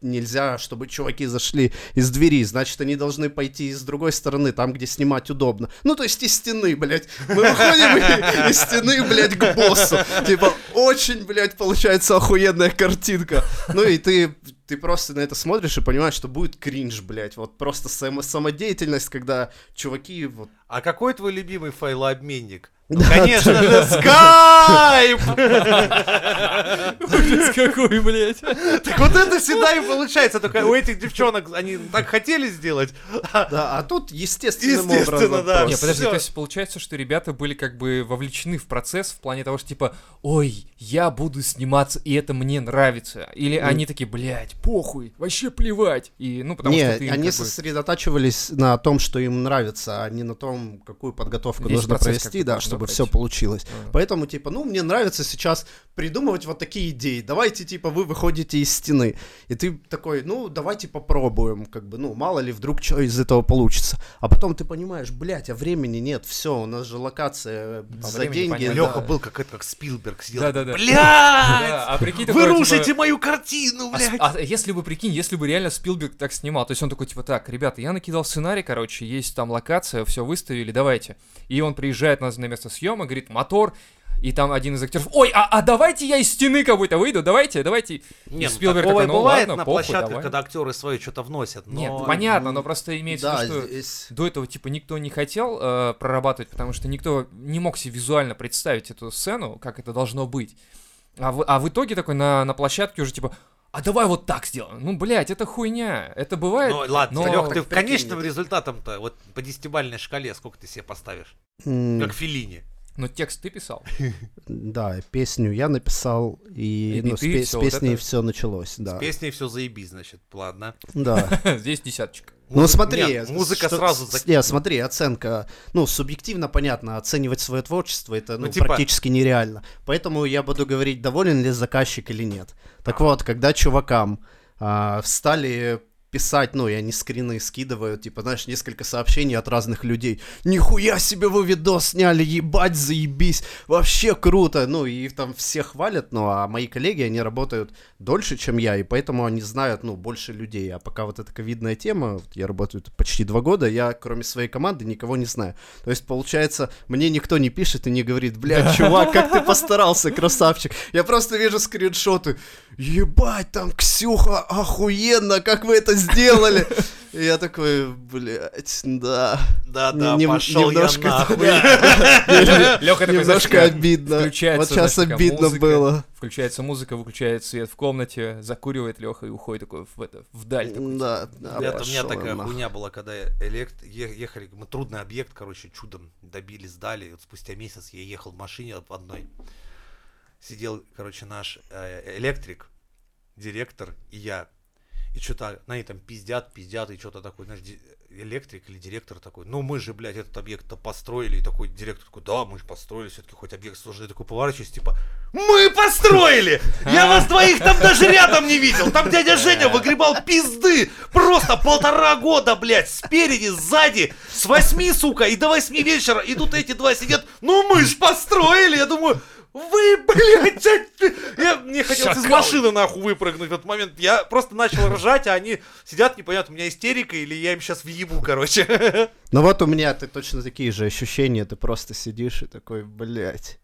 Speaker 3: нельзя, чтобы чуваки зашли из двери, значит, они должны пойти с другой стороны, там, где снимать удобно. Ну, то есть из стены, блядь. Мы выходим
Speaker 1: *laughs*
Speaker 3: и- из стены, блядь, к боссу. Типа, очень, блядь, получается охуенная картинка. Ну и ты, ты просто на это смотришь и понимаешь, что будет кринж, блядь. Вот просто само- самодеятельность, когда чуваки вот
Speaker 1: А какой твой любимый файлообменник? Ну,
Speaker 3: Да,
Speaker 1: конечно же, скайп!
Speaker 2: Ужас какой, блядь.
Speaker 1: Так вот это всегда и получается. Только у этих девчонок они так хотели сделать.
Speaker 3: Да, а тут естественным
Speaker 1: Естественно,
Speaker 3: образом.
Speaker 1: да.
Speaker 3: просто.
Speaker 2: Не, подожди,
Speaker 1: всё.
Speaker 2: то есть получается, что ребята были как бы вовлечены в процесс в плане того, что типа, ой, я буду сниматься, и это мне нравится. Или они такие, блядь, похуй, вообще плевать. И, ну, потому
Speaker 3: Не,
Speaker 2: что ты им
Speaker 3: они
Speaker 2: как бы-
Speaker 3: сосредотачивались на том, что им нравится, а не на том, какую подготовку
Speaker 2: Весь
Speaker 3: нужно
Speaker 2: процесс
Speaker 3: провести,
Speaker 2: как бы
Speaker 3: да,
Speaker 2: нужно
Speaker 3: чтобы
Speaker 2: пройти.
Speaker 3: все получилось.
Speaker 2: Ага.
Speaker 3: Поэтому, типа, ну, мне нравится сейчас придумывать вот такие идеи. Давайте, типа, вы выходите из стены. И ты такой, ну, давайте попробуем, как бы, ну, мало ли вдруг что из этого получится. А потом ты понимаешь, блядь, а времени нет, все, у нас же локация э,
Speaker 2: По
Speaker 3: за
Speaker 2: времени
Speaker 3: деньги.
Speaker 2: понятно.
Speaker 3: да.
Speaker 1: Леха был как это, как Спилберг сидел.
Speaker 2: Да-да-да.
Speaker 1: Блядь!
Speaker 2: Да, а
Speaker 1: Вы
Speaker 2: прикинь, такое, типа,
Speaker 1: рушите мою картину,
Speaker 2: А с-
Speaker 1: блядь!
Speaker 2: А, если бы, прикинь, если бы реально Спилберг так снимал, то есть он такой, типа, так, ребята, я накидал сценарий, короче, есть там локация, все выставили, давайте. И он приезжает на, на место съема, говорит, мотор, и там один из актеров, ой, а, а давайте я из стены какой-то выйду, давайте, давайте.
Speaker 1: Не,
Speaker 2: и
Speaker 1: ну,
Speaker 2: Спилберг
Speaker 1: такого и
Speaker 2: такой, ну
Speaker 1: бывает
Speaker 2: ладно,
Speaker 1: на
Speaker 2: похуй,
Speaker 1: площадках,
Speaker 2: давай.
Speaker 1: когда актеры свои что-то вносят. Но...
Speaker 2: Нет, понятно, но просто имеется в
Speaker 3: Да,
Speaker 2: виду, что
Speaker 3: здесь...
Speaker 2: до этого, типа, никто не хотел э, прорабатывать, потому что никто не мог себе визуально представить эту сцену, как это должно быть. А в, а в итоге такой на, на площадке уже, типа, а давай вот так сделаем. Ну, блядь, это хуйня. Это бывает.
Speaker 1: Ну ладно,
Speaker 2: но-
Speaker 1: Лех, ты
Speaker 3: Так
Speaker 1: в
Speaker 3: прикинь,
Speaker 1: конечном
Speaker 3: это-
Speaker 1: результатом-то, вот по десятибальной шкале, сколько ты себе поставишь?
Speaker 3: м,
Speaker 1: Как Филини.
Speaker 2: Но текст
Speaker 1: *laughs*
Speaker 2: ты писал. *laughs*
Speaker 3: Да, песню я написал, и,
Speaker 2: И-
Speaker 3: ну,
Speaker 2: и
Speaker 3: с,
Speaker 2: ты
Speaker 3: пе- с
Speaker 2: всё вот
Speaker 3: песней
Speaker 2: это-
Speaker 3: все началось, да.
Speaker 1: С песней все заебись, значит, ладно.
Speaker 3: Да.
Speaker 2: Здесь десяточка.
Speaker 3: Ну
Speaker 1: Музы-
Speaker 3: смотри,
Speaker 1: нет, музыка
Speaker 3: что-
Speaker 1: сразу
Speaker 3: с-
Speaker 1: зак-
Speaker 3: не, смотри, оценка, ну субъективно понятно, оценивать свое творчество это ну,
Speaker 1: Ну, типа-
Speaker 3: практически нереально, поэтому я буду говорить доволен ли заказчик или нет. Так вот, когда чувакам а, встали писать, ну, и они скрины скидывают, типа, знаешь, несколько сообщений от разных людей. Нихуя себе вы видос сняли, ебать, заебись, вообще круто. Ну, и там все хвалят, ну, а мои коллеги, они работают дольше, чем я, и поэтому они знают, ну, больше людей. А пока вот эта ковидная тема, вот я работаю тут почти два года, я, кроме своей команды, никого не знаю. То есть, получается, мне никто не пишет и не говорит, блядь, чувак, как ты постарался, красавчик. Я просто вижу скриншоты. Ебать, там Ксюха, охуенно, как вы это сделали. И я такой, блядь, да.
Speaker 1: Да-да,
Speaker 3: Нем-
Speaker 1: пошел я
Speaker 3: немножко,
Speaker 1: нахуй. *laughs*
Speaker 2: Леха такой,
Speaker 3: Немножко
Speaker 2: знаешь,
Speaker 3: обидно. Вот
Speaker 2: включается, знаешь,
Speaker 3: сейчас
Speaker 2: такая
Speaker 3: обидно
Speaker 2: музыка.
Speaker 3: было.
Speaker 2: Включается музыка, выключает свет в комнате, закуривает Леха и уходит такой в это, вдаль. такой.
Speaker 3: Да, да,
Speaker 1: Это у меня
Speaker 3: пошёл
Speaker 1: такая
Speaker 3: я нахуй.
Speaker 1: хуйня была, когда элект... е- ехали, мы трудный объект, короче, чудом добили, сдали. И Вот спустя месяц я ехал в машине в одной. Сидел, короче, наш э, электрик, директор и я. И что-то они там пиздят, пиздят, и что-то такое, знаешь, ди- электрик или директор такой, ну мы же, блядь, этот объект-то построили. И такой директор такой, да, мы же построили, все-таки хоть объект сложный. Я такой поворачиваюсь, типа, мы построили! Я вас двоих там даже рядом не видел! Там дядя Женя выгребал пизды! Просто полтора года, блядь, спереди, сзади, с восьми, сука, и до восьми вечера, и тут эти два сидят, ну мы ж построили! Я думаю, вы, блядь, чё- я, мне хотелось из
Speaker 2: Шакалы.
Speaker 1: машины нахуй выпрыгнуть в этот момент. Я просто начал ржать, а они сидят, непонятно, у меня истерика или я им сейчас въебу, короче.
Speaker 3: Ну вот у меня ты точно такие же ощущения, ты просто сидишь и такой, блядь.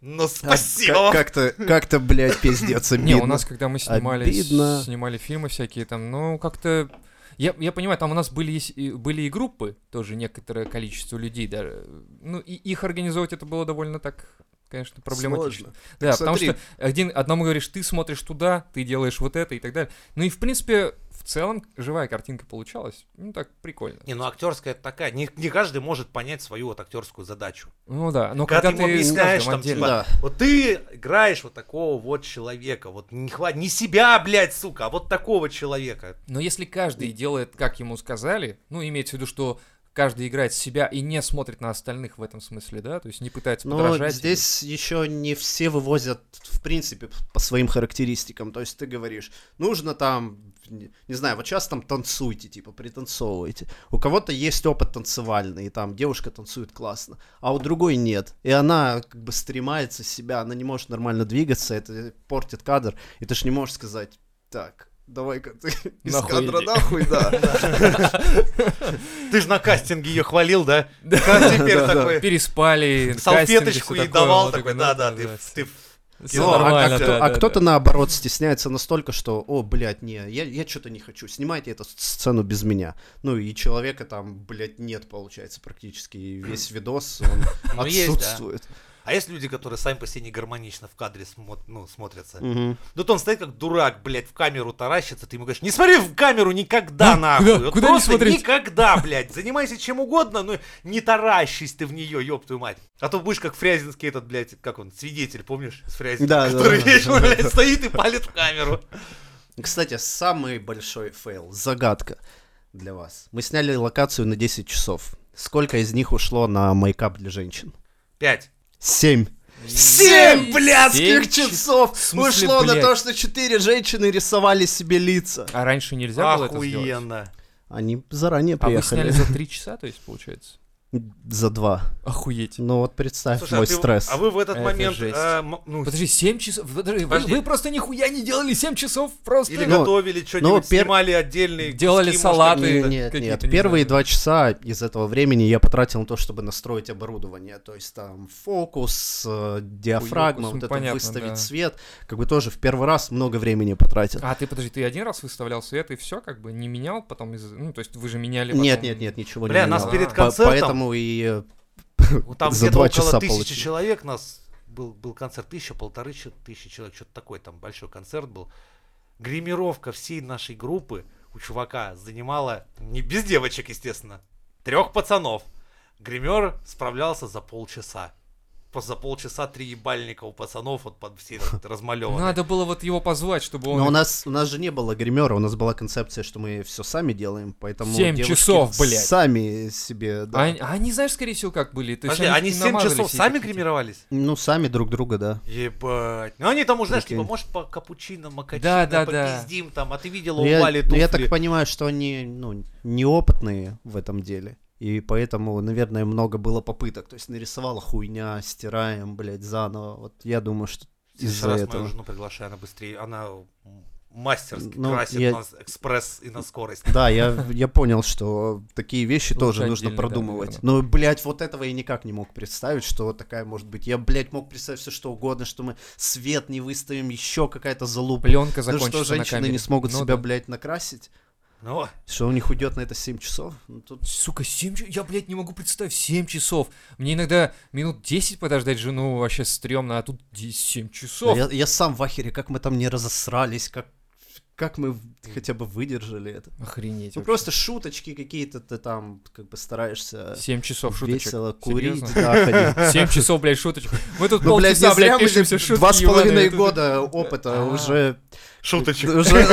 Speaker 1: Ну,
Speaker 3: А
Speaker 1: спасибо.
Speaker 3: как- Как-то, как-то, блядь, пиздец,
Speaker 2: Не,
Speaker 3: обидно.
Speaker 2: у нас, когда мы снимали,
Speaker 3: Обидно.
Speaker 2: снимали фильмы всякие, там, ну, как-то... Я, я понимаю, там у нас были, и с- и- были и группы, тоже некоторое количество людей даже. Ну, и их организовать это было довольно так, конечно, проблематично.
Speaker 3: Сложно.
Speaker 2: Да,
Speaker 3: Так
Speaker 2: потому
Speaker 3: смотри.
Speaker 2: что один, одному говоришь, ты смотришь туда, ты делаешь вот это и так далее. Ну и, в принципе, в целом живая картинка получалась. Ну, так прикольно.
Speaker 1: Не, ну актерская это такая. Не, не каждый может понять свою вот актерскую задачу.
Speaker 2: Ну да, но
Speaker 1: Когда
Speaker 2: когда,
Speaker 1: ты ему
Speaker 2: ты с
Speaker 1: объясняешь,
Speaker 2: каждым
Speaker 1: там,
Speaker 2: отдельно-
Speaker 1: типа,
Speaker 3: Да.
Speaker 1: Вот ты играешь вот такого вот человека. Вот не хватит не себя, блядь, сука, а вот такого человека.
Speaker 2: Но если каждый делает, как ему сказали, ну, имеется в виду, что каждый играет себя и не смотрит на остальных в этом смысле, да, то есть не пытается
Speaker 3: Но
Speaker 2: подражать.
Speaker 3: здесь еще не все вывозят, в принципе, по своим характеристикам. То есть ты говоришь, нужно там, не не знаю, вот сейчас там танцуйте, типа, пританцовывайте. У кого-то есть опыт танцевальный, и там девушка танцует классно, а у другой нет. И она как бы стремается себя, она не может нормально двигаться, это портит кадр, и ты ж не можешь сказать, так, давай-ка ты из
Speaker 2: Нахуй
Speaker 3: кадра
Speaker 2: иди».
Speaker 3: нахуй, да.
Speaker 1: Ты же на кастинге ее хвалил, да?
Speaker 2: Да.
Speaker 1: А теперь
Speaker 3: Да, да.
Speaker 1: такой
Speaker 2: Переспали,
Speaker 1: э, салфеточку
Speaker 2: кастинги,
Speaker 1: ей
Speaker 2: всё такое,
Speaker 1: давал,
Speaker 2: вот
Speaker 1: такой,
Speaker 2: ну,
Speaker 1: да-да, ты в- ты в
Speaker 2: Всё
Speaker 3: Ну, а-
Speaker 2: нормально,
Speaker 3: а, кто-
Speaker 2: да,
Speaker 3: а
Speaker 2: да,
Speaker 3: кто-то
Speaker 2: да.
Speaker 3: наоборот стесняется настолько, что, о, блядь, не, я, я что-то не хочу, снимайте эту сцену без меня. Ну и человека там, блядь, нет, получается, практически и весь
Speaker 2: *laughs*
Speaker 3: видос, он
Speaker 1: Ну, есть, да.
Speaker 3: отсутствует.
Speaker 1: А есть люди, которые сами по себе не гармонично в кадре смо- ну, смотрятся.
Speaker 3: Мгм.
Speaker 1: Тут он стоит как дурак, блядь, в камеру таращится, ты ему говоришь, не смотри в камеру никогда, нахуй.
Speaker 2: куда-
Speaker 1: Вот
Speaker 2: куда не
Speaker 1: просто
Speaker 2: смотреть?
Speaker 1: никогда, блядь. Занимайся чем угодно, но не таращись ты в нее, ёб твою мать. А то будешь как Фрязинский этот, блядь, как он, свидетель, помнишь, с Фрязинским,
Speaker 3: Да, да,
Speaker 1: который
Speaker 3: да.
Speaker 1: вечно, блядь, стоит и палит в камеру.
Speaker 3: Кстати, самый большой фейл, загадка для вас. Мы сняли локацию на 10 часов. Сколько из них ушло на мейкап для женщин?
Speaker 1: Пять.
Speaker 3: Семь. Семь блядских
Speaker 2: Семь
Speaker 3: часов
Speaker 2: В смысле,
Speaker 3: ушло на
Speaker 2: блядь?
Speaker 3: то, что четыре женщины рисовали себе лица.
Speaker 2: А раньше нельзя было это сделать?
Speaker 1: Охуенно.
Speaker 3: Они заранее
Speaker 2: А вы
Speaker 3: приехали.
Speaker 2: сняли за три часа, то есть, получается?
Speaker 3: За два.
Speaker 2: Охуеть.
Speaker 3: Ну вот представь
Speaker 1: Слушай, а
Speaker 3: мой
Speaker 1: ты-
Speaker 3: стресс.
Speaker 1: А вы в этот
Speaker 2: Это
Speaker 1: момент...
Speaker 2: жесть.
Speaker 1: а, м- ну,
Speaker 2: Подожди, 7 часов? Подожди, вы,
Speaker 1: Подожди.
Speaker 2: вы просто нихуя не делали 7 часов, просто...
Speaker 1: Или
Speaker 3: Ну,
Speaker 1: готовили
Speaker 3: ну,
Speaker 1: что-нибудь,
Speaker 3: пер-
Speaker 1: снимали отдельные...
Speaker 2: Делали
Speaker 1: куски, может,
Speaker 2: салаты.
Speaker 1: какие-то.
Speaker 2: какие-то,
Speaker 3: нет, нет,
Speaker 2: не
Speaker 3: первые
Speaker 2: знаю.
Speaker 3: два часа из этого времени я потратил на то, чтобы настроить оборудование, то есть там фокус, э, диафрагма,
Speaker 2: Хуёкус, ну,
Speaker 3: вот это
Speaker 2: понятно,
Speaker 3: выставить
Speaker 2: да.
Speaker 3: свет, как бы тоже в первый раз много времени потратил.
Speaker 2: А ты, подожди, ты один раз выставлял свет и все, как бы не менял потом из... Ну, то есть вы же меняли
Speaker 3: нет,
Speaker 2: потом-
Speaker 3: нет, нет, ничего
Speaker 1: Бля,
Speaker 3: не
Speaker 1: нас
Speaker 3: менял.
Speaker 2: перед
Speaker 3: По-
Speaker 1: концертом-
Speaker 3: Поэтому и э,
Speaker 1: Вот Ну, Там
Speaker 3: За
Speaker 1: где-то
Speaker 3: два
Speaker 1: около
Speaker 3: часа
Speaker 1: тысячи
Speaker 3: получили.
Speaker 1: человек нас был, был концерт, тысяча, полторы чи- тысячи человек, что-то такое, там большой концерт был. Гримировка всей нашей группы у чувака занимала, не без девочек, естественно, трех пацанов. Гример справлялся за полчаса. Просто за полчаса три ебальника у пацанов вот под все размалеваны.
Speaker 2: Надо было вот его позвать, чтобы он...
Speaker 3: Но у нас, у нас же не было гримера, у нас была концепция, что мы все сами делаем, поэтому
Speaker 2: Семь
Speaker 3: девушки
Speaker 2: часов, блядь.
Speaker 3: сами себе, да.
Speaker 2: А они- а они, знаешь, скорее всего, как были? То есть
Speaker 1: Подожди, они
Speaker 2: не
Speaker 1: 7
Speaker 2: намазали
Speaker 1: часов
Speaker 2: все
Speaker 1: сами
Speaker 2: эти-
Speaker 1: гримировались?
Speaker 3: Ну, сами друг друга, да.
Speaker 1: Ебать. Ну они там уже, знаешь,
Speaker 3: Прикинь.
Speaker 1: типа, может, по капучино, макачино,
Speaker 2: Да, да, да.
Speaker 1: попиздим там, а ты видела,
Speaker 3: Но Ну, я,
Speaker 1: упали
Speaker 3: но
Speaker 1: туфли.
Speaker 3: я так понимаю, что они ну, неопытные в этом деле. И поэтому, наверное, много было попыток. То есть нарисовала хуйня, стираем, блядь, заново. Вот я думаю, что
Speaker 1: В следующий
Speaker 3: из-за
Speaker 1: раз мою
Speaker 3: этого.
Speaker 1: жену приглашаю, она быстрее, она м, мастерски
Speaker 3: Ну,
Speaker 1: красит
Speaker 3: я-
Speaker 1: нас экспресс и на скорость.
Speaker 3: Да, я, я понял, что такие вещи
Speaker 2: Лучше
Speaker 3: тоже нужно
Speaker 2: отдельно, да,
Speaker 3: продумывать. Но, блядь, вот этого я никак не мог представить, что такая может быть. Я, блядь, мог представить все что угодно, что мы свет не выставим, еще какая-то залупа.
Speaker 2: типа, Пленка
Speaker 3: Ну
Speaker 2: закончится
Speaker 3: что
Speaker 2: на
Speaker 3: женщины
Speaker 2: камере.
Speaker 3: не смогут
Speaker 2: Ну да.
Speaker 3: себя, блядь, накрасить?
Speaker 1: Ну,
Speaker 3: Что у них уйдет на это 7 часов? Ну, тут...
Speaker 2: Сука, 7 часов. Я, блядь, не могу представить 7 часов. Мне иногда минут 10 подождать жену вообще стрёмно, а тут 7 часов.
Speaker 3: Я, я сам в ахере, как мы там не разосрались, как, как мы в- хотя бы выдержали это.
Speaker 2: Охренеть.
Speaker 3: Ну просто шуточки какие-то ты там как бы стараешься
Speaker 2: 7 часов шуточек.
Speaker 3: весело курить,
Speaker 2: Серьёзно?
Speaker 3: да, *laughs*
Speaker 2: *laughs*
Speaker 3: ходить.
Speaker 2: 7 часов, блядь, шуточек. Мы тут
Speaker 3: Ну, блядь, не
Speaker 2: полчаса,
Speaker 3: зря
Speaker 2: блядь,
Speaker 3: мы
Speaker 2: пишем все
Speaker 3: же
Speaker 2: шутки.
Speaker 3: два с половиной
Speaker 2: ебаные.
Speaker 3: года опыта
Speaker 2: А.
Speaker 3: уже...
Speaker 1: шуточек.
Speaker 3: *laughs* уже-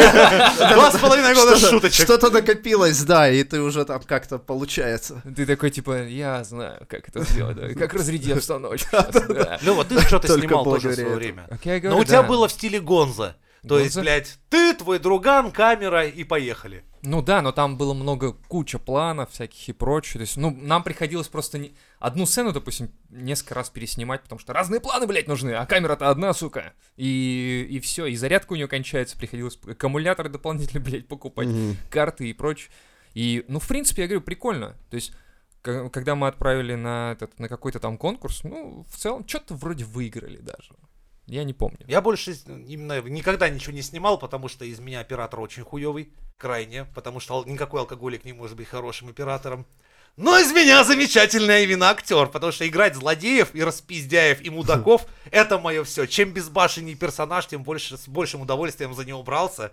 Speaker 1: Два с половиной года
Speaker 3: что-то-
Speaker 1: шуточек.
Speaker 3: Что-то накопилось, да, и ты уже там как-то получается.
Speaker 2: Ты такой, типа, я знаю, как это сделать, да, как разряди
Speaker 3: *laughs*
Speaker 2: обстановку. щас, да».
Speaker 1: *laughs* Лёва, ты что-то
Speaker 3: Только
Speaker 1: снимал тоже в
Speaker 3: благодаря
Speaker 1: свое
Speaker 3: этому.
Speaker 1: время.
Speaker 2: Как
Speaker 3: Ну,
Speaker 2: я и
Speaker 1: Но
Speaker 2: говорю,
Speaker 1: у тебя
Speaker 2: да.
Speaker 1: было в стиле Гонза. То есть,
Speaker 2: Гонза?
Speaker 1: блядь, ты, твой друган, камера и поехали.
Speaker 2: Ну да, но там было много, куча планов всяких и прочее. То есть, ну, нам приходилось просто не- одну сцену, допустим, несколько раз переснимать, потому что разные планы, блядь, нужны, а камера-то одна, сука. И, и все, и зарядка у нее кончается, приходилось аккумуляторы дополнительно, *laughs* блядь, покупать,
Speaker 3: Мгм.
Speaker 2: карты и прочее. И, ну, в принципе, я говорю, прикольно. То есть, к- когда мы отправили на, этот, на какой-то там конкурс, ну, в целом, что-то вроде выиграли даже. Я не помню.
Speaker 1: Я больше именно никогда ничего не снимал, потому что из меня оператор очень хуёвый, крайне, потому что ал- никакой алкоголик не может быть хорошим оператором. Но из меня замечательная именно актер, потому что играть злодеев и распиздяев и мудаков —
Speaker 2: Хм.
Speaker 1: это мое все. Чем безбашенней персонаж, тем больше, с большим удовольствием за него брался.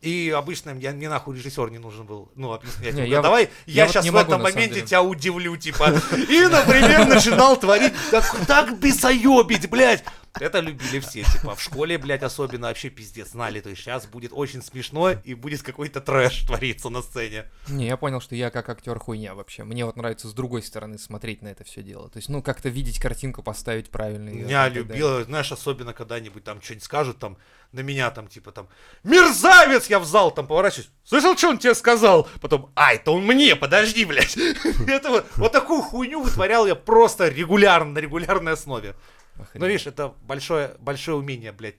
Speaker 1: И обычно я, мне нахуй режиссер не нужен был, ну, объяснять.
Speaker 2: Не,
Speaker 1: ему, «Да
Speaker 2: я вот-
Speaker 1: давай, я,
Speaker 2: я вот
Speaker 1: сейчас
Speaker 2: не
Speaker 1: в
Speaker 2: могу,
Speaker 1: этом
Speaker 2: на самом
Speaker 1: моменте
Speaker 2: деле.
Speaker 1: тебя удивлю, типа. И, например, начинал творить так, так бесоебить, блядь. Это любили все, типа, в школе, блядь, особенно вообще пиздец знали. То есть сейчас будет очень смешно и будет какой-то трэш твориться на сцене.
Speaker 2: Не, я понял, что я как актер хуйня вообще. Мне вот нравится с другой стороны смотреть на это все дело. То есть, ну, как-то видеть картинку, поставить правильно. её
Speaker 1: Меня
Speaker 2: и так далее.
Speaker 1: любила, знаешь, особенно когда-нибудь там что-нибудь скажут, там, на меня там, типа, там, мерзавец, я в зал там поворачиваюсь, слышал, что он тебе сказал? Потом, ай, это он мне, подожди, блядь. *laughs* Это вот, вот такую хуйню вытворял я просто регулярно, на регулярной основе.
Speaker 2: Охренеть.
Speaker 1: Ну, видишь, это большое, большое умение, блядь.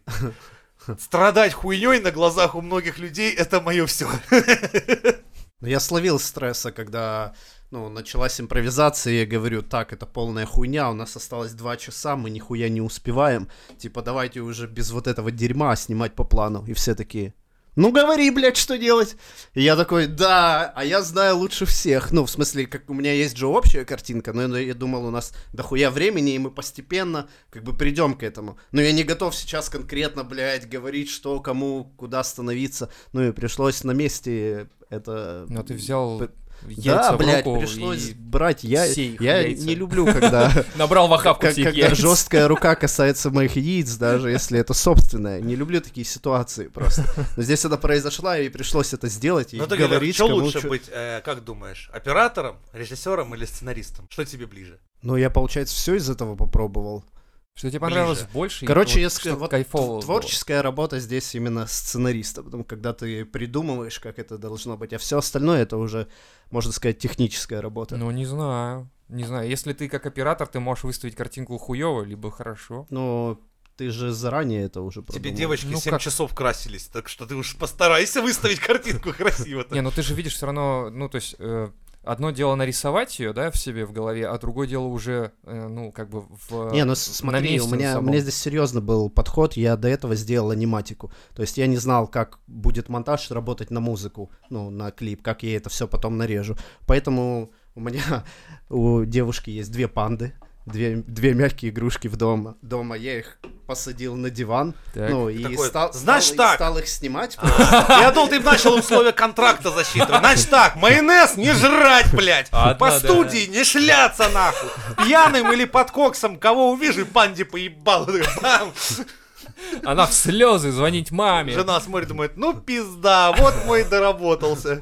Speaker 1: Страдать хуйней на глазах у многих людей это мое все.
Speaker 3: Но Ну, Я словил стресса, когда ну, началась импровизация, и я говорю, так, это полная хуйня, у нас осталось два часа, мы нихуя не успеваем, типа, давайте уже без вот этого дерьма снимать по плану, и все такие, ну говори, блядь, что делать. И я такой, да, а я знаю лучше всех. Ну, в смысле, как у меня есть же общая картинка, но я, я думал, у нас дохуя времени, и мы постепенно как бы придем к этому. Но я не готов сейчас конкретно, блядь, говорить, что, кому, куда становиться. Ну и пришлось на месте это...
Speaker 2: Но Ну, ты взял
Speaker 3: П-
Speaker 2: яйца
Speaker 3: Да,
Speaker 2: в
Speaker 3: блядь,
Speaker 2: руку
Speaker 3: пришлось
Speaker 2: и
Speaker 3: брать. Я,
Speaker 2: все их
Speaker 3: я
Speaker 2: яйца.
Speaker 3: не люблю, когда,
Speaker 2: *laughs* набрал в охапку
Speaker 3: как-
Speaker 2: всех
Speaker 3: когда
Speaker 2: яиц.
Speaker 3: жесткая рука касается моих яиц, даже если это собственное. Не люблю такие ситуации просто. Но здесь это произошло, и пришлось это сделать, и
Speaker 1: Ну ты говоришь,
Speaker 3: говорить
Speaker 1: что
Speaker 3: кому
Speaker 1: лучше
Speaker 3: чё.
Speaker 1: быть, э, как думаешь, оператором, режиссером или сценаристом? Что тебе ближе?
Speaker 3: Ну, я, получается, все из этого попробовал.
Speaker 2: Что тебе понравилось
Speaker 1: Ближе.
Speaker 2: больше? и
Speaker 3: Короче,
Speaker 2: вот
Speaker 3: если
Speaker 2: что
Speaker 3: вот
Speaker 2: кайфово
Speaker 3: тв-
Speaker 2: было.
Speaker 3: творческая работа здесь именно сценариста, потому когда ты придумываешь, как это должно быть, а все остальное это уже, можно сказать, техническая работа. Ну,
Speaker 2: Ну, не знаю. Не знаю, если ты как оператор, ты можешь выставить картинку хуёво, либо хорошо.
Speaker 3: ты же заранее это уже
Speaker 1: Тебе
Speaker 3: продумал.
Speaker 1: девочки
Speaker 2: Ну
Speaker 1: 7
Speaker 2: как?
Speaker 1: часов красились, так что ты уж постарайся выставить картинку красиво.
Speaker 2: Не, ну ты же видишь все равно, ну, то есть, э, одно дело нарисовать ее, да, в себе в голове, а другое дело уже, э, ну, как бы в...
Speaker 3: Не, ну
Speaker 2: на
Speaker 3: с- смотри,
Speaker 2: месте
Speaker 3: у
Speaker 2: на
Speaker 3: меня, у
Speaker 2: самом.
Speaker 3: меня здесь серьезно был подход, я до этого сделал аниматику. То есть я не знал, как будет монтаж работать на музыку, ну, на клип, как я это все потом нарежу. Поэтому у меня, *laughs* у девушки есть две панды, две, две мягкие игрушки в дома. Дома я их посадил на диван,
Speaker 2: Так.
Speaker 3: ну, и
Speaker 1: Такой,
Speaker 3: стал,
Speaker 1: «Знаешь
Speaker 3: стал-
Speaker 1: так!» А.
Speaker 3: стал их снимать.
Speaker 1: Я думал, ты начал условия контракта засчитывать. Значит так, майонез не жрать, блядь.
Speaker 4: Ладно,
Speaker 1: По
Speaker 4: да.
Speaker 1: студии не шляться, нахуй. Пьяным или под коксом, кого увижу, и панде поебал. Бам.
Speaker 4: Она в слезы звонить маме.
Speaker 1: Жена смотрит, думает, ну пизда, вот мой доработался.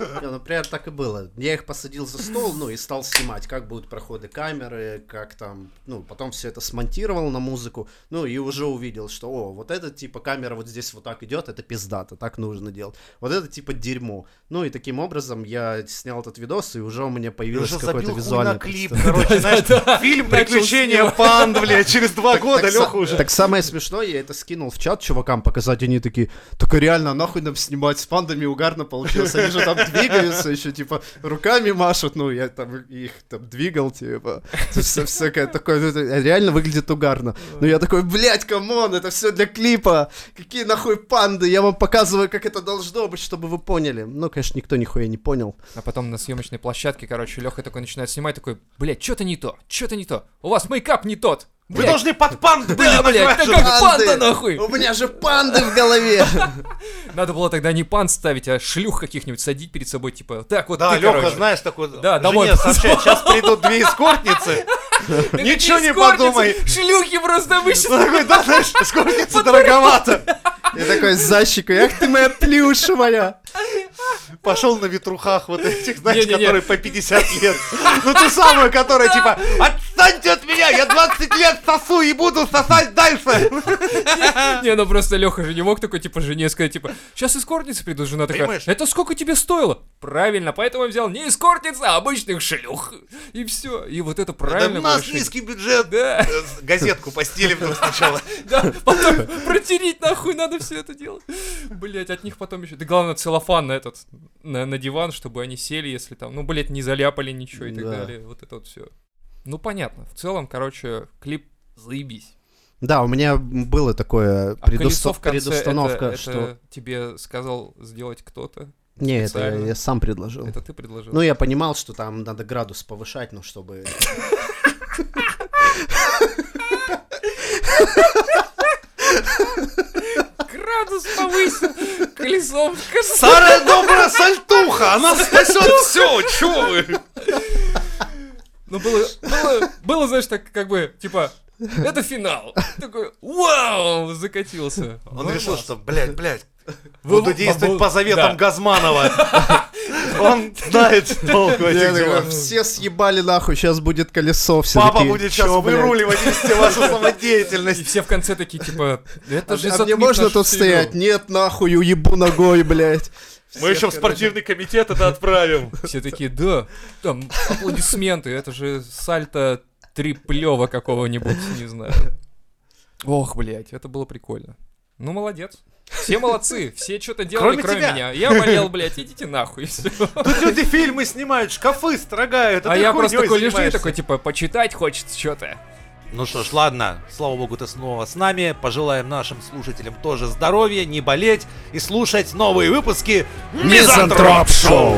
Speaker 3: Не, ну, Например, так и было. Я их посадил за стол, ну, и стал снимать, как будут проходы камеры, как там, ну, потом все это смонтировал на музыку, ну, и уже увидел, что, о, вот это, типа, камера вот здесь вот так идет, это пиздато, так нужно делать. Вот это, типа, дерьмо. Ну, и таким образом я снял этот видос, и уже у меня
Speaker 1: И
Speaker 3: появилось
Speaker 1: уже забил
Speaker 3: какое-то
Speaker 1: хуй на
Speaker 3: визуальное...
Speaker 1: клип,
Speaker 3: представление.
Speaker 1: короче, знаешь, фильм
Speaker 4: Начал
Speaker 1: «Приключения
Speaker 4: снимать.
Speaker 1: панд», блядь, через два года,
Speaker 3: так,
Speaker 1: Леха
Speaker 3: са-
Speaker 1: уже.
Speaker 3: так самое смешное, я это скинул в чат чувакам показать, они такие, так а реально, нахуй нам снимать, с пандами угарно получилось,
Speaker 1: *laughs*
Speaker 3: они же там двигаются еще, типа, руками машут, ну, я там их там двигал, типа, все, всякое такое, ну, это реально выглядит угарно. Ну, я такой, блядь, камон, это все для клипа, какие нахуй панды, я вам показываю, как это должно быть, чтобы вы поняли. Ну, конечно, никто нихуя не понял.
Speaker 2: А потом на съемочной площадке, короче, Леха такой начинает снимать, такой, блядь, что-то не то, что-то не то, у вас мейкап не тот.
Speaker 1: Вы
Speaker 2: Блядь,
Speaker 1: должны под панды были
Speaker 2: да, блядь,
Speaker 1: награть.
Speaker 2: да как
Speaker 3: Панды!
Speaker 2: панда нахуй!
Speaker 1: Ну.
Speaker 3: У меня же панды в
Speaker 1: *laughs*
Speaker 3: голове!
Speaker 2: Надо было тогда не пан ставить, а шлюх каких-нибудь садить перед собой, типа, так вот
Speaker 1: Да,
Speaker 2: ты,
Speaker 1: Леха,
Speaker 2: короче.
Speaker 1: знаешь, такой,
Speaker 2: Да, домой
Speaker 1: жене сообщает, сейчас придут две эскортницы.
Speaker 2: Да какие
Speaker 1: ничего не
Speaker 2: скорницы,
Speaker 1: подумай.
Speaker 2: Шлюхи
Speaker 1: *laughs*
Speaker 2: просто
Speaker 1: Он
Speaker 2: обычно.
Speaker 1: такой, да, знаешь, эскортница дороговато.
Speaker 3: Я такой с защикой, ах ты моя плюшевая!
Speaker 1: Пошел на ветрухах вот этих, знаешь,
Speaker 2: Не-не-не.
Speaker 1: которые по 50 лет. Ну, ту самую, которая типа, отстаньте от меня, я 20 лет сосу и буду сосать дальше.
Speaker 2: Не, ну просто Леха же не мог такой, типа, жене сказать, типа, сейчас эскортницы придут, жена такая,
Speaker 1: Понимаешь?
Speaker 2: это сколько тебе стоило? Правильно, поэтому я взял не эскортница, а обычных шлюх. И все. И вот это
Speaker 1: Да
Speaker 2: правильно
Speaker 1: у нас
Speaker 2: было решение.
Speaker 1: низкий бюджет.
Speaker 2: Да,
Speaker 1: Э, с- Газетку постелим вдруг сначала.
Speaker 2: да, потом протереть нахуй надо все это дело. Блять, от них потом еще. Да главное, целлофан на этот, на, на диван, чтобы они сели, если там, ну, блять, не заляпали ничего и так
Speaker 3: Да.
Speaker 2: далее. Вот это вот все. Ну, понятно. В целом, короче, клип заебись.
Speaker 3: Да, у меня было такое
Speaker 2: А колесо
Speaker 3: предустав-
Speaker 2: в конце
Speaker 3: предустановка,
Speaker 2: это,
Speaker 3: что...
Speaker 2: это тебе сказал сделать кто-то.
Speaker 3: Не, это
Speaker 2: специально.
Speaker 3: я сам предложил.
Speaker 2: Это ты предложил.
Speaker 3: Ну, я понимал, что там надо градус повышать, ну, чтобы...
Speaker 2: Градус повысил, колесо в конце.
Speaker 1: Старая добрая сальтуха, она спасет все, чего вы?
Speaker 2: Ну, было, было, было, знаешь, так как бы, типа, это финал. Такой, вау, закатился.
Speaker 1: Он решил, что, блядь, блядь,
Speaker 2: Вы-
Speaker 1: буду действовать
Speaker 2: вы-
Speaker 1: по заветам
Speaker 2: да.
Speaker 1: Газманова. Он знает толк в
Speaker 3: Я
Speaker 1: этих
Speaker 3: такой,
Speaker 1: делах.
Speaker 3: все съебали нахуй, сейчас будет колесо. Все
Speaker 1: Папа
Speaker 3: такие,
Speaker 1: будет сейчас
Speaker 3: «Чё, блядь?»
Speaker 1: выруливать из всей вашей
Speaker 2: И *laughs*
Speaker 1: самодеятельности.
Speaker 2: все в конце такие, типа, это
Speaker 3: А,
Speaker 2: же
Speaker 3: а мне
Speaker 2: затмит
Speaker 3: можно
Speaker 2: нашу
Speaker 3: тут
Speaker 2: всю
Speaker 3: стоять?
Speaker 2: игру».
Speaker 3: Нет, нахуй, уебу ногой, блядь.
Speaker 1: Мы еще в спортивный комитет это отправим.
Speaker 2: Все такие, да, там аплодисменты, это же сальто триплева какого-нибудь, не знаю. Ох, блядь, это было прикольно. Ну, молодец. Все молодцы, все что-то делали,
Speaker 1: Кроме
Speaker 2: кроме,
Speaker 1: тебя.
Speaker 2: меня. Я болел, блядь, идите нахуй, всё.
Speaker 1: Тут люди фильмы снимают, шкафы строгают.
Speaker 2: А
Speaker 1: ты хуйнёй
Speaker 2: я просто такой лежу и
Speaker 1: занимаешься.
Speaker 2: такой, типа, почитать хочется что-то.
Speaker 1: Ну что ж, ладно, слава богу, ты снова с нами. Пожелаем нашим слушателям тоже здоровья, не болеть и слушать новые выпуски
Speaker 3: Мизантроп Шоу!